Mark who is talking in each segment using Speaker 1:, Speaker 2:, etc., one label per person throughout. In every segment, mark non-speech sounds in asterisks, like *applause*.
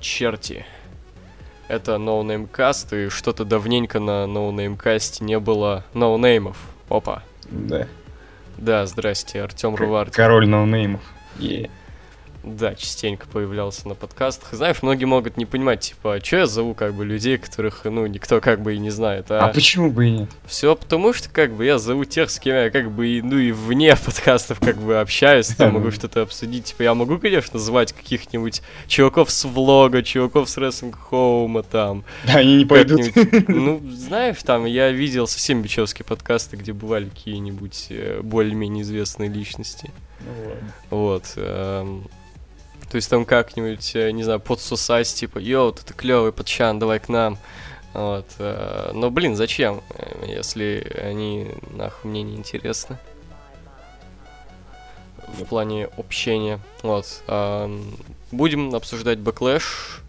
Speaker 1: черти. Это ноунеймкаст, и что-то давненько на ноунеймкасте не было ноунеймов. Опа.
Speaker 2: Да.
Speaker 1: Да, здрасте, Артем
Speaker 2: К-
Speaker 1: Рувард.
Speaker 2: Король ноунеймов. Е.
Speaker 1: Да, частенько появлялся на подкастах. И Знаешь, многие могут не понимать, типа, а чё я зову как бы людей, которых, ну, никто как бы и не знает.
Speaker 2: А
Speaker 1: А,
Speaker 2: почему бы и нет? *laughs*
Speaker 1: все потому, что как бы я зову тех, с кем я как бы, и, ну, и вне подкастов как бы общаюсь, там могу что-то обсудить. Типа, я могу, конечно, звать каких-нибудь чуваков с влога, чуваков с Wrestling Home, а, там.
Speaker 2: Да, они не пойдут.
Speaker 1: как-нибудь. Ну, знаешь, там, я видел совсем бичевские подкасты, где бывали какие-нибудь э, более-менее известные личности.
Speaker 2: Ну ладно.
Speaker 1: Вот. эм, То есть там как-нибудь, э, не знаю, подсосать, типа, йоу, ты клевый пацан, давай к нам. Вот. э, Но, блин, зачем, э, если они, нахуй, мне не интересны? В плане общения. Вот. эм, Будем обсуждать бэклэш.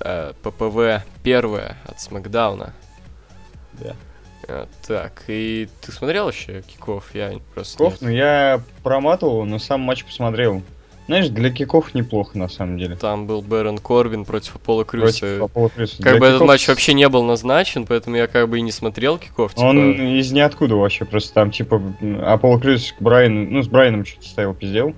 Speaker 1: э, ППВ первое от Смакдауна.
Speaker 2: Да.
Speaker 1: Э, Так, и ты смотрел еще Киков? Я просто...
Speaker 2: Киков,
Speaker 1: нет.
Speaker 2: ну я проматывал, но сам матч посмотрел. Знаешь, для киков неплохо на самом деле.
Speaker 1: Там был Бэрон Корбин против Пола Крюса.
Speaker 2: Против Аполло Крюса.
Speaker 1: Как
Speaker 2: Для
Speaker 1: бы этот
Speaker 2: киков
Speaker 1: матч вообще не был назначен, поэтому я как бы и не смотрел киков. Типа,
Speaker 2: Он из ниоткуда вообще, просто там, типа, Аполло Крюс к Брайану, ну, с Брайаном что-то стоял, пиздел.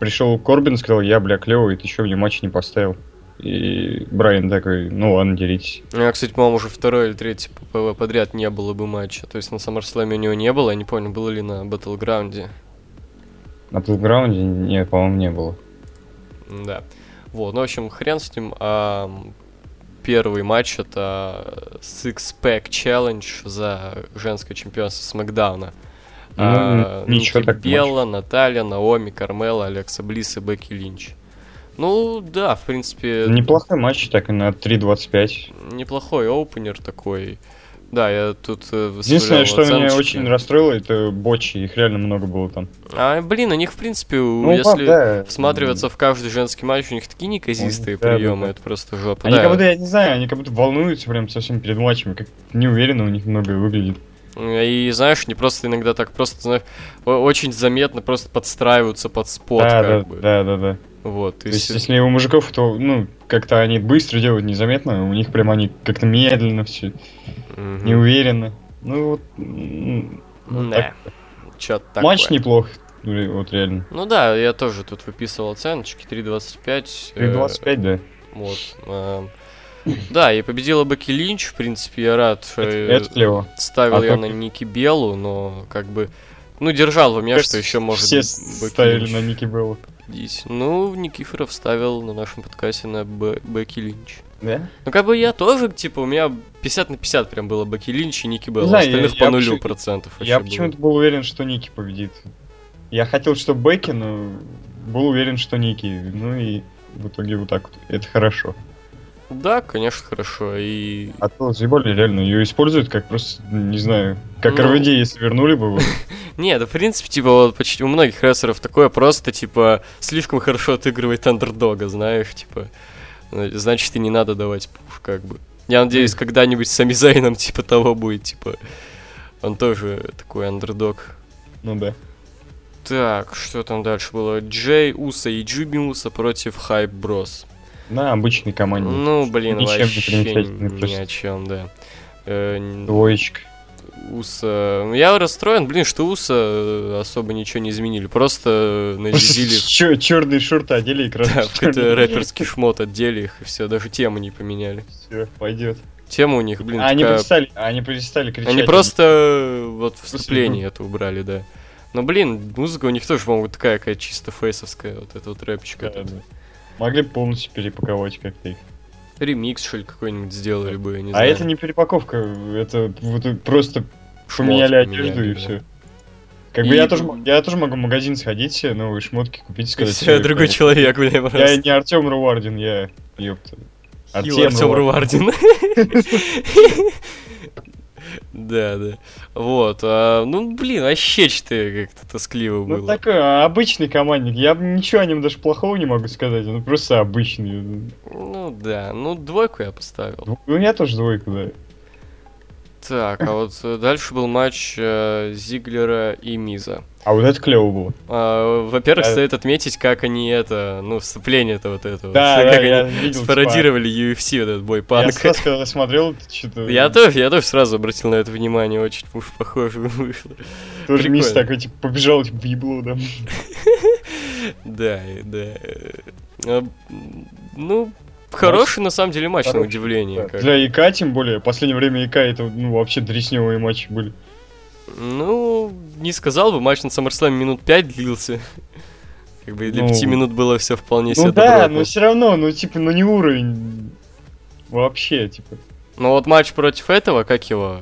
Speaker 2: Пришел Корбин, сказал, я, бля, клевый, ты чё мне матч не поставил? И Брайан такой, ну ладно, делитесь.
Speaker 1: У меня, кстати, по-моему, уже второй или третий ППВ подряд не было бы матча. То есть на Саммерслэме у него не было, я не понял, было ли на Battleground.
Speaker 2: На Плейграунде, нет, по-моему, не было.
Speaker 1: Да. Вот, ну, в общем, хрен с ним. Ам, первый матч это Six Pack Challenge за женское чемпионство Смакдауна.
Speaker 2: Ну, ничего так
Speaker 1: Белла, Наталья, Наоми, Кармела, Алекса Блис и Бекки Линч. Ну, да, в принципе,
Speaker 2: Неплохой матч, так и на 3.25.
Speaker 1: неплохой опенер такой. Да, я тут э, выставлял
Speaker 2: Единственное, что меня
Speaker 1: оценочки.
Speaker 2: очень расстроило, это бочи, их реально много было там.
Speaker 1: А, блин, у них, в принципе, у-
Speaker 2: Ну,
Speaker 1: если
Speaker 2: да.
Speaker 1: всматриваться в каждый женский матч, у них такие неказистые
Speaker 2: Ой, Ну, да, да,
Speaker 1: приемы,
Speaker 2: да.
Speaker 1: это просто жопа.
Speaker 2: Они
Speaker 1: Да,
Speaker 2: как будто, я не знаю, они как будто волнуются прям совсем перед матчем, как неуверенно у них многое выглядит.
Speaker 1: И знаешь, не просто иногда так, просто, знаешь, о- очень заметно просто подстраиваются под спот,
Speaker 2: да,
Speaker 1: как
Speaker 2: да,
Speaker 1: бы.
Speaker 2: да, да, да.
Speaker 1: Вот.
Speaker 2: То
Speaker 1: и
Speaker 2: есть,
Speaker 1: с-
Speaker 2: если у мужиков, то, ну, как-то они быстро делают незаметно, у них прям они как-то медленно все,
Speaker 1: Мгм.
Speaker 2: неуверенно. Ну, вот... м, ну,
Speaker 1: Да.
Speaker 2: так.
Speaker 1: Чё-то такое.
Speaker 2: Матч неплох, ре- вот реально.
Speaker 1: Ну да, я тоже тут выписывал оценочки 3.25. э,
Speaker 2: 3.25, да.
Speaker 1: Вот. эм, Да, и победила Бекки Линч, в принципе, я рад.
Speaker 2: Это,
Speaker 1: э,
Speaker 2: это клево.
Speaker 1: Ставил
Speaker 2: А
Speaker 1: я
Speaker 2: как-
Speaker 1: на Ники Беллу, но как бы... Ну, держал во меня, что еще может
Speaker 2: Все
Speaker 1: Бекки
Speaker 2: ставили
Speaker 1: Линч
Speaker 2: на Ники Беллу.
Speaker 1: победить. Ну, Никифоров ставил на нашем подкасте на Бе- Бекки Линч.
Speaker 2: Да?
Speaker 1: Ну, как бы я тоже, типа, у меня 50 на 50 прям было Баки Линч и Ники Белл,
Speaker 2: знаю,
Speaker 1: остальных
Speaker 2: я-
Speaker 1: по
Speaker 2: я
Speaker 1: нулю
Speaker 2: вообще-
Speaker 1: процентов. вообще
Speaker 2: Я
Speaker 1: было.
Speaker 2: почему-то был уверен, что Ники победит. Я хотел, что Бекки, но был уверен, что Ники. Ну и в итоге вот так вот. Это хорошо.
Speaker 1: Да, конечно, хорошо, и...
Speaker 2: А то заебали реально, ее используют как просто, не знаю, как
Speaker 1: Ну.
Speaker 2: РВД, если вернули бы его.
Speaker 1: Не, да, в принципе, типа, вот почти у многих рестлеров такое просто, типа, слишком хорошо отыгрывает андердога, знаешь, типа, э, значит, и не надо давать пуш, как бы. Я надеюсь, когда-нибудь с Сами Зайном, типа, того будет, типа, он тоже такой андердог.
Speaker 2: Ну да.
Speaker 1: Так, что там дальше было? Джей Уса и Джуби Уса против Хайп Брос.
Speaker 2: На обычной команде.
Speaker 1: Ну, блин,
Speaker 2: Ничем не Ну.
Speaker 1: вообще
Speaker 2: примечательный
Speaker 1: ни
Speaker 2: просто.
Speaker 1: о чем, да. Э, н-
Speaker 2: Двоечка.
Speaker 1: Уса. Ну, Я расстроен, блин, что Уса э, особо ничего не изменили. Просто э,
Speaker 2: *laughs*
Speaker 1: нарядили в-
Speaker 2: черные шорты одели и
Speaker 1: да,
Speaker 2: красные.
Speaker 1: в какой-то рэперский шмот, отдели их, и все, даже тему не поменяли.
Speaker 2: Все, пойдет.
Speaker 1: Тема у них, блин,
Speaker 2: А они
Speaker 1: такая-
Speaker 2: перестали, они перестали кричать.
Speaker 1: Они просто э, вот
Speaker 2: Просто
Speaker 1: вступление это убрали, да. Но, блин, музыка у них тоже, по-моему, такая какая чисто фейсовская, вот эта вот рэпчика.
Speaker 2: Да, да. Могли бы полностью перепаковать как-то их.
Speaker 1: Ремикс, что ли, какой-нибудь сделали бы, я не
Speaker 2: а
Speaker 1: знаю.
Speaker 2: это не перепаковка, это вот просто
Speaker 1: Шмот
Speaker 2: поменяли одежду
Speaker 1: поменяли,
Speaker 2: и
Speaker 1: да.
Speaker 2: все. Как
Speaker 1: И-
Speaker 2: бы я тоже, м- я тоже могу в магазин сходить, себе новые шмотки купить,
Speaker 1: И
Speaker 2: сказать.
Speaker 1: *laughs* всё,
Speaker 2: себе,
Speaker 1: другой
Speaker 2: блин,
Speaker 1: человек, блин, просто.
Speaker 2: Я не Артем Рувардин, я ёпта.
Speaker 1: Хил Артем
Speaker 2: Рувардин.
Speaker 1: Рувардин. Да, да. Вот. а, Ну, блин, вообще что-то как-то тоскливо
Speaker 2: Ну
Speaker 1: было.
Speaker 2: такой а, обычный командник. Я б ничего о нем даже плохого не могу сказать. Он просто обычный.
Speaker 1: Ну да, ну двойку я поставил.
Speaker 2: Ну я тоже двойку, да.
Speaker 1: Так, а вот дальше был матч э, Зиглера и Миза.
Speaker 2: А вот это клево было.
Speaker 1: А, во-первых,
Speaker 2: Да.
Speaker 1: стоит отметить, как они это, ну, вступление это вот это, вот,
Speaker 2: Да,
Speaker 1: как
Speaker 2: да,
Speaker 1: они
Speaker 2: я видел,
Speaker 1: спародировали UFC, вот этот бой панк.
Speaker 2: Я сразу, когда смотрел, что-то...
Speaker 1: Я тоже, я тоже сразу обратил на это внимание, очень уж похоже вышло.
Speaker 2: Тоже мисс
Speaker 1: прикольно.
Speaker 2: такой, типа, побежал, типа, в ебло, да.
Speaker 1: Да, и- да. э, а, м, Ну, хороший, на самом деле, матч, на
Speaker 2: Хороший,
Speaker 1: удивление. как.
Speaker 2: Для ИК, тем более, в последнее время ИК, это, ну, вообще дресневые матчи были.
Speaker 1: Ну, не сказал бы, матч на SummerSlam минут 5 длился. *laughs* Как бы и для
Speaker 2: Ну.
Speaker 1: 5 минут было все вполне себе
Speaker 2: Ну да,
Speaker 1: добротно.
Speaker 2: но все равно, ну, типа, ну, не уровень вообще, типа,
Speaker 1: Но вот матч против этого, как его?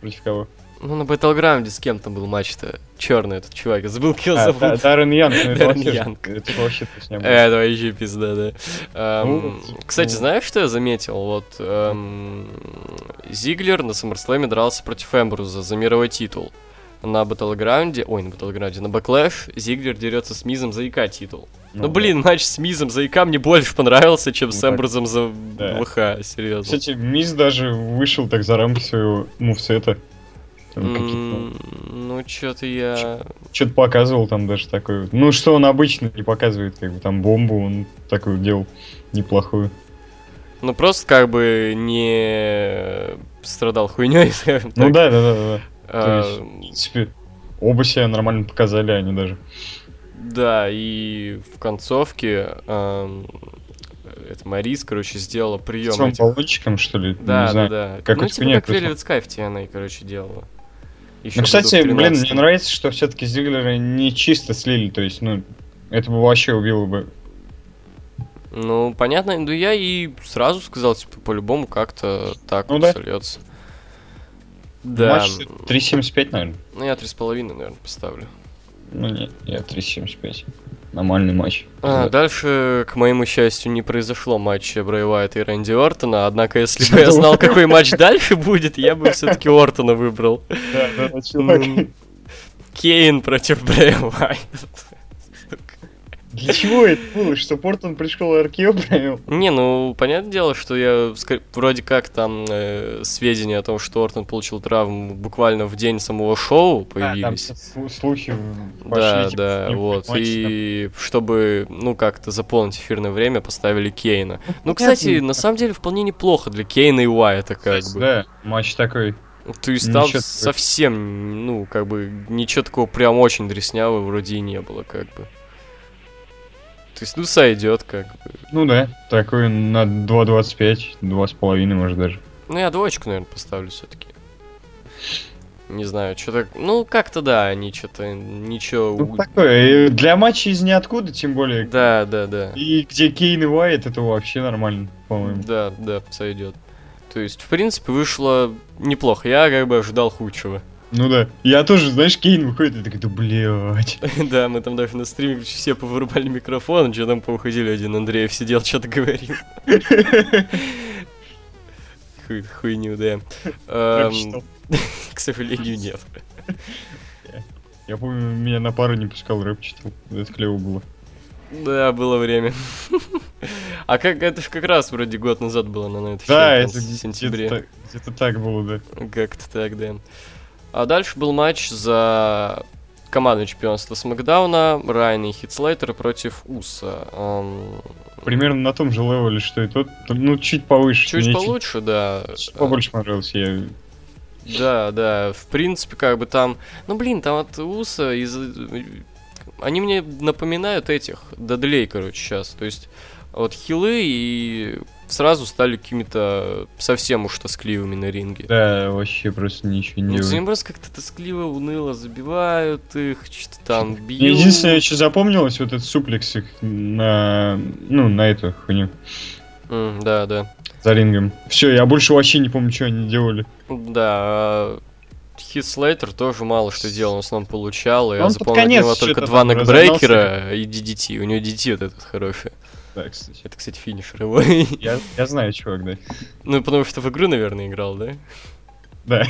Speaker 2: против
Speaker 1: *laughs*
Speaker 2: кого.
Speaker 1: Ну, на Battleground с кем там был матч-то? Черный этот чувак, я забыл, как его
Speaker 2: А,
Speaker 1: зовут.
Speaker 2: Та- Даррен Янг, ну, это
Speaker 1: Даррен
Speaker 2: вообще,
Speaker 1: Янг.
Speaker 2: это вообще то есть не было.
Speaker 1: Э, Это вообще пизда, да. Эм,
Speaker 2: Ну,
Speaker 1: кстати,
Speaker 2: ну.
Speaker 1: знаешь, что я заметил? Вот эм, Зиглер на Саммерслэме дрался против Эмбруза за мировой титул. На Батлграунде, ой, на Батлграунде, на Бэклэш Зиглер дерется с Мизом за ИК титул. Ну,
Speaker 2: да.
Speaker 1: блин, матч с Мизом за ИК мне больше понравился, чем с
Speaker 2: Ну, так.
Speaker 1: Эмбрузом за
Speaker 2: Да.
Speaker 1: ВХ, серьезно.
Speaker 2: Кстати, Мисс даже вышел так за рамки своего мувсета. Там
Speaker 1: М, Ну, что-то я...
Speaker 2: Что-то показывал там даже такое. Ну, что он обычно не показывает, как бы там бомбу он такую делал неплохую.
Speaker 1: Ну, просто как бы не страдал хуйней, скажем
Speaker 2: Ну
Speaker 1: так.
Speaker 2: да, да, да, да.
Speaker 1: А,
Speaker 2: то В принципе, оба себя нормально показали они даже.
Speaker 1: Да, и в концовке эм, это Марис, короче, сделала прием.
Speaker 2: С чем
Speaker 1: этих-
Speaker 2: баллончиком, что ли?
Speaker 1: Да,
Speaker 2: не
Speaker 1: да,
Speaker 2: знаю.
Speaker 1: да.
Speaker 2: как
Speaker 1: ну,
Speaker 2: это
Speaker 1: типа
Speaker 2: хуйня
Speaker 1: как
Speaker 2: происходит.
Speaker 1: Velvet Sky в TNA, короче, делала. Ещё
Speaker 2: Ну, кстати,
Speaker 1: году в
Speaker 2: блин,
Speaker 1: 13.
Speaker 2: мне нравится, что все-таки Зиглера не чисто слили, то есть, ну, это бы вообще убило бы.
Speaker 1: Ну, понятно, ну я и сразу сказал, типа, по-любому как-то так
Speaker 2: Ну
Speaker 1: вот
Speaker 2: да.
Speaker 1: сольется. Да.
Speaker 2: Матч 3.75, наверное.
Speaker 1: Ну, я 3,5, наверное, поставлю.
Speaker 2: Ну, нет, я 3.75. Нормальный матч.
Speaker 1: А,
Speaker 2: Да.
Speaker 1: Дальше, к моему счастью, не произошло матча Брэй Уайта и Рэнди Ортона, однако,
Speaker 2: *laughs*
Speaker 1: если бы я знал, какой матч дальше будет, я бы все-таки Ортона выбрал.
Speaker 2: Да, да, да, чувак.
Speaker 1: Ну, Кейн против Брэя Уайта.
Speaker 2: Для чего это было? Что Портон пришел РКО провел?
Speaker 1: Не, ну, понятное дело, что я ск- вроде как там э, сведения о том, что Ортон получил травму буквально в день самого шоу
Speaker 2: А, там
Speaker 1: появились.
Speaker 2: слу- слухи пошли.
Speaker 1: Да,
Speaker 2: типа,
Speaker 1: да,
Speaker 2: с ним
Speaker 1: вот.
Speaker 2: матч,
Speaker 1: И чтобы, ну, как-то заполнить эфирное время, поставили Кейна. Ну,
Speaker 2: понятно.
Speaker 1: кстати, на самом деле, вполне неплохо для Кейна и Уайта,
Speaker 2: там.
Speaker 1: как бы.
Speaker 2: Да, матч такой.
Speaker 1: То есть там
Speaker 2: Ничего такого.
Speaker 1: совсем, ну, как бы, ничего такого прям очень дреснявого вроде и не было, как бы. То есть, ну, сойдет, как бы.
Speaker 2: Ну да, такой на 2.25, 2.5, может даже.
Speaker 1: Ну, я двоечку, наверное, поставлю все-таки. Не знаю, что-то... Ну, как-то да, они что-то... Ничего...
Speaker 2: Ну,
Speaker 1: у-
Speaker 2: такое, э, для матча из ниоткуда, тем более.
Speaker 1: Да, да, да.
Speaker 2: И где Кейн и Уайт, это вообще нормально, по-моему.
Speaker 1: Да, да, сойдет. То есть, в принципе, вышло неплохо. Я как бы ожидал худшего.
Speaker 2: Ну да. Я тоже, знаешь, Кейн выходит, и такой, да блядь.
Speaker 1: *laughs* Да, мы там даже на стриме короче, все повырубали микрофон, что там поуходили, один Андреев сидел, что-то говорил. *laughs* Хуй- Хуйню, да. Эм,
Speaker 2: Так что,
Speaker 1: К сожалению, нет.
Speaker 2: Я помню, меня на пару не пускал рэп читал. Это клево было.
Speaker 1: Да, было время. *laughs* А как это же как раз вроде год назад было на Night
Speaker 2: Да,
Speaker 1: Champions,
Speaker 2: это
Speaker 1: в
Speaker 2: где-то
Speaker 1: сентябре.
Speaker 2: так- где-то так было, да.
Speaker 1: Как-то так, да. А дальше был матч за командное чемпионство Смакдауна, Райан и Хитслейтер против Уса. Эм,
Speaker 2: Примерно на том же левеле, что и тот. Ну, чуть повыше.
Speaker 1: чуть
Speaker 2: Мне
Speaker 1: получше, да.
Speaker 2: чуть побольше понравился. Я...
Speaker 1: Да, да, в принципе, как бы там... Ну, блин, там от Уса из... Они мне напоминают этих Дадлей, короче, сейчас. То есть, вот хилы и сразу стали какими-то совсем уж тоскливыми на ринге.
Speaker 2: Да, вообще просто ничего не
Speaker 1: Ну,
Speaker 2: делаю.
Speaker 1: они просто как-то тоскливо, уныло забивают их, что-то там бьют.
Speaker 2: Мне единственное, что запомнилось, вот этот суплекс их на... Ну, на эту хуйню.
Speaker 1: М, да, да.
Speaker 2: За рингом. Все, я больше вообще не помню, что они делали.
Speaker 1: Да, а Хит Слейтер тоже мало что делал, он в основном получал, и я
Speaker 2: Он под
Speaker 1: запомнил от
Speaker 2: конец
Speaker 1: него только
Speaker 2: что-то
Speaker 1: два
Speaker 2: там
Speaker 1: нокбрейкера и DDT, у него DDT вот этот хороший.
Speaker 2: Да, кстати.
Speaker 1: Это, кстати, финишер его. *laughs*
Speaker 2: Я, я знаю, чувак, да.
Speaker 1: ну, потому что в игру, наверное, играл, да?
Speaker 2: Да.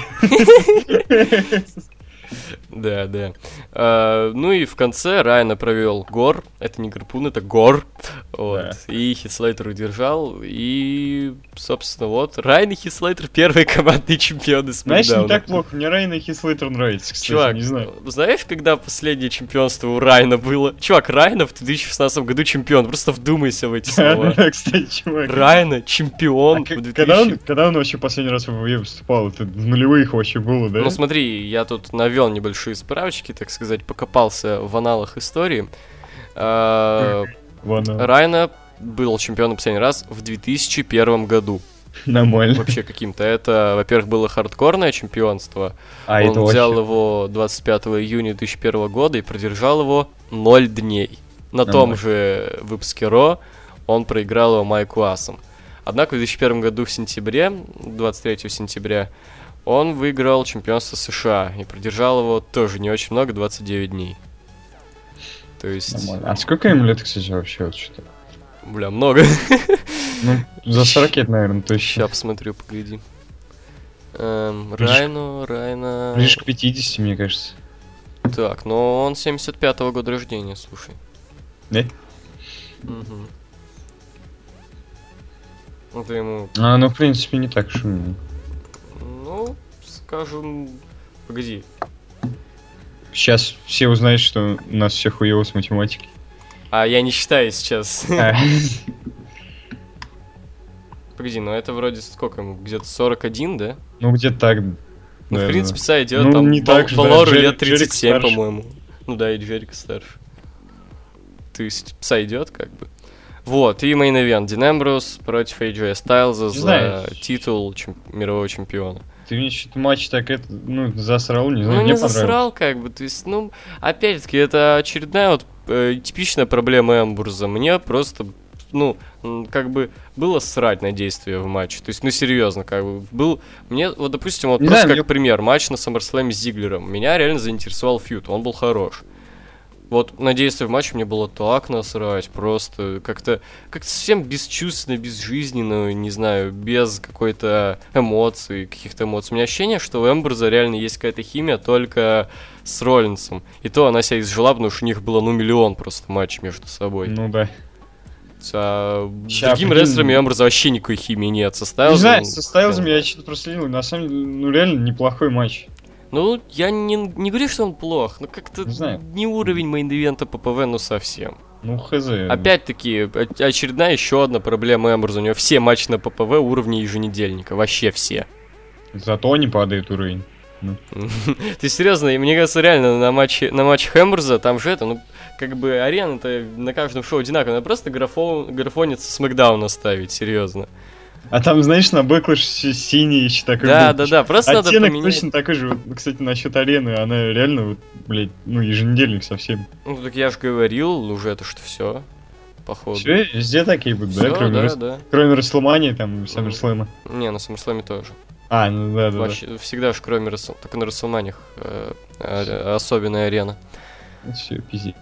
Speaker 1: Да, да. А, Ну и в конце Райана провел Гор. Это не Гарпун, это Гор. Вот. И Хитслейтер удержал. И, собственно, вот. Райан и Хитслейтер первые командные чемпионы с
Speaker 2: Знаешь, не
Speaker 1: Макдауна.
Speaker 2: так плохо. Мне Райан и Хислейтер нравится, кстати,
Speaker 1: Чувак, *laughs*
Speaker 2: не знаю.
Speaker 1: знаешь, когда последнее чемпионство у Райна было? Чувак, Райна в 2016 году чемпион. Просто вдумайся в
Speaker 2: *laughs*
Speaker 1: эти слова.
Speaker 2: Кстати, чувак.
Speaker 1: Райна
Speaker 2: А
Speaker 1: чемпион
Speaker 2: к-
Speaker 1: в 2000...
Speaker 2: когда, он, когда он вообще последний раз в WWE выступал? Это в нулевых вообще было, да?
Speaker 1: Ну смотри, я тут навел небольшие справочки, так сказать, покопался в аналах истории. А,
Speaker 2: Ладно,
Speaker 1: Райна был чемпионом последний раз в 2001 году.
Speaker 2: нормально.
Speaker 1: Вообще каким-то. Это, во-первых, было хардкорное чемпионство.
Speaker 2: А
Speaker 1: Он взял его 25 июня 2001 года и продержал его 0 дней. На том
Speaker 2: Нормально.
Speaker 1: же выпуске Ро он проиграл его Майку Асом. Однако в 2001 году в сентябре, 23 сентября, он выиграл чемпионство США и продержал его тоже не очень много, 29 дней. То есть,
Speaker 2: Нормально. А сколько им лет, кстати, вообще вот что-то?
Speaker 1: бля, много. *laughs*
Speaker 2: Ну, за 40 лет, наверное, точно.
Speaker 1: Сейчас посмотрю, погляди. Эм,
Speaker 2: Ближе к-
Speaker 1: Райну, Райна...
Speaker 2: Ближе к 50, мне кажется.
Speaker 1: Так, но он 75-го года рождения, слушай.
Speaker 2: Да?
Speaker 1: Мгм. Это ему,
Speaker 2: А, ну, в принципе, не так шумно.
Speaker 1: ну, скажем... Погоди,
Speaker 2: Сейчас все узнают, что у нас все хуево
Speaker 1: *laughs*
Speaker 2: с математикой.
Speaker 1: а я не считаю сейчас. *laughs*
Speaker 2: А,
Speaker 1: Погоди, ну это вроде сколько ему? Где-то 41, да?
Speaker 2: Ну, где-то так.
Speaker 1: Ну, в
Speaker 2: наверное.
Speaker 1: принципе, сойдет
Speaker 2: Ну,
Speaker 1: там
Speaker 2: не
Speaker 1: по,
Speaker 2: так же,
Speaker 1: по
Speaker 2: да,
Speaker 1: лору
Speaker 2: Джерик-
Speaker 1: лет
Speaker 2: Джерик
Speaker 1: 37,
Speaker 2: старше.
Speaker 1: по-моему. Ну да, и Джерик старше. То есть сойдет, как бы. Вот, и мейн ивент. Дин Эмбрус против AJ Стайлза
Speaker 2: Не
Speaker 1: за
Speaker 2: знаю.
Speaker 1: титул чем- мирового чемпиона.
Speaker 2: Ты мне что-то матч так это, ну, засрал, не знаю,
Speaker 1: Ну, не
Speaker 2: мне понравилось.
Speaker 1: засрал, как бы. То есть, ну, опять-таки, это очередная вот э, типичная проблема Эмбурза. Мне просто, ну, м, как бы было срать на действия в матче. То есть, ну, серьезно, как бы. Был... Мне, вот, допустим, вот
Speaker 2: Не
Speaker 1: просто
Speaker 2: знаю,
Speaker 1: как
Speaker 2: мне-
Speaker 1: пример, матч на SummerSlam с Зиглером. Меня реально заинтересовал фьют, он был хорош. Вот на действия в матче мне было так насрать, просто как-то как совсем бесчувственно, безжизненно, не знаю, без какой-то эмоции, каких-то эмоций. У меня ощущение, что у Эмберза реально есть какая-то химия только с Роллинсом. И то она себя изжила, потому что у них было, ну, миллион просто матчей между собой.
Speaker 2: Ну, да.
Speaker 1: А с
Speaker 2: Ща,
Speaker 1: другими
Speaker 2: прикинь.
Speaker 1: рестлерами у Эмберза вообще никакой химии нет. Со Стайлзом...
Speaker 2: Не знаю, со Стайлзом я что-то проследил. На самом деле, ну, реально неплохой матч.
Speaker 1: Ну, я не, не говорю, что он плох, но как-то
Speaker 2: Не знаю.
Speaker 1: не уровень мейн-ивента ППВ, ну, совсем.
Speaker 2: Ну, хз.
Speaker 1: Опять-таки, о- очередная еще одна проблема Эмберза. У него все матчи на ППВ уровня еженедельника. Вообще все.
Speaker 2: Зато не падает уровень.
Speaker 1: Ты серьезно, И мне кажется, реально на матче, на матчах Эмберза там же это, ну, как бы арена-то на каждом шоу одинаковая. Надо просто графо... графонец с Макдауна ставить, серьезно.
Speaker 2: А там, знаешь, на бэклэш си- синий еще такой.
Speaker 1: Да,
Speaker 2: был.
Speaker 1: да, да, просто надо
Speaker 2: Оттенок
Speaker 1: поменять.
Speaker 2: точно такой же. Вот, Кстати, насчет арены, она реально, вот, блядь, ну, еженедельник совсем.
Speaker 1: Ну, так я же говорил уже это, что все, походу.
Speaker 2: Все, везде такие будут, да?
Speaker 1: Всё,
Speaker 2: Кроме,
Speaker 1: да,
Speaker 2: Рас-
Speaker 1: да.
Speaker 2: кроме Расселмании, там, и Саммерслэма.
Speaker 1: Не, на Саммерсламе тоже.
Speaker 2: А, ну да, да,
Speaker 1: Вообще, всегда же, кроме Рассел... Только на Расселманях э, э, особенная арена.
Speaker 2: да. Все, пиздец.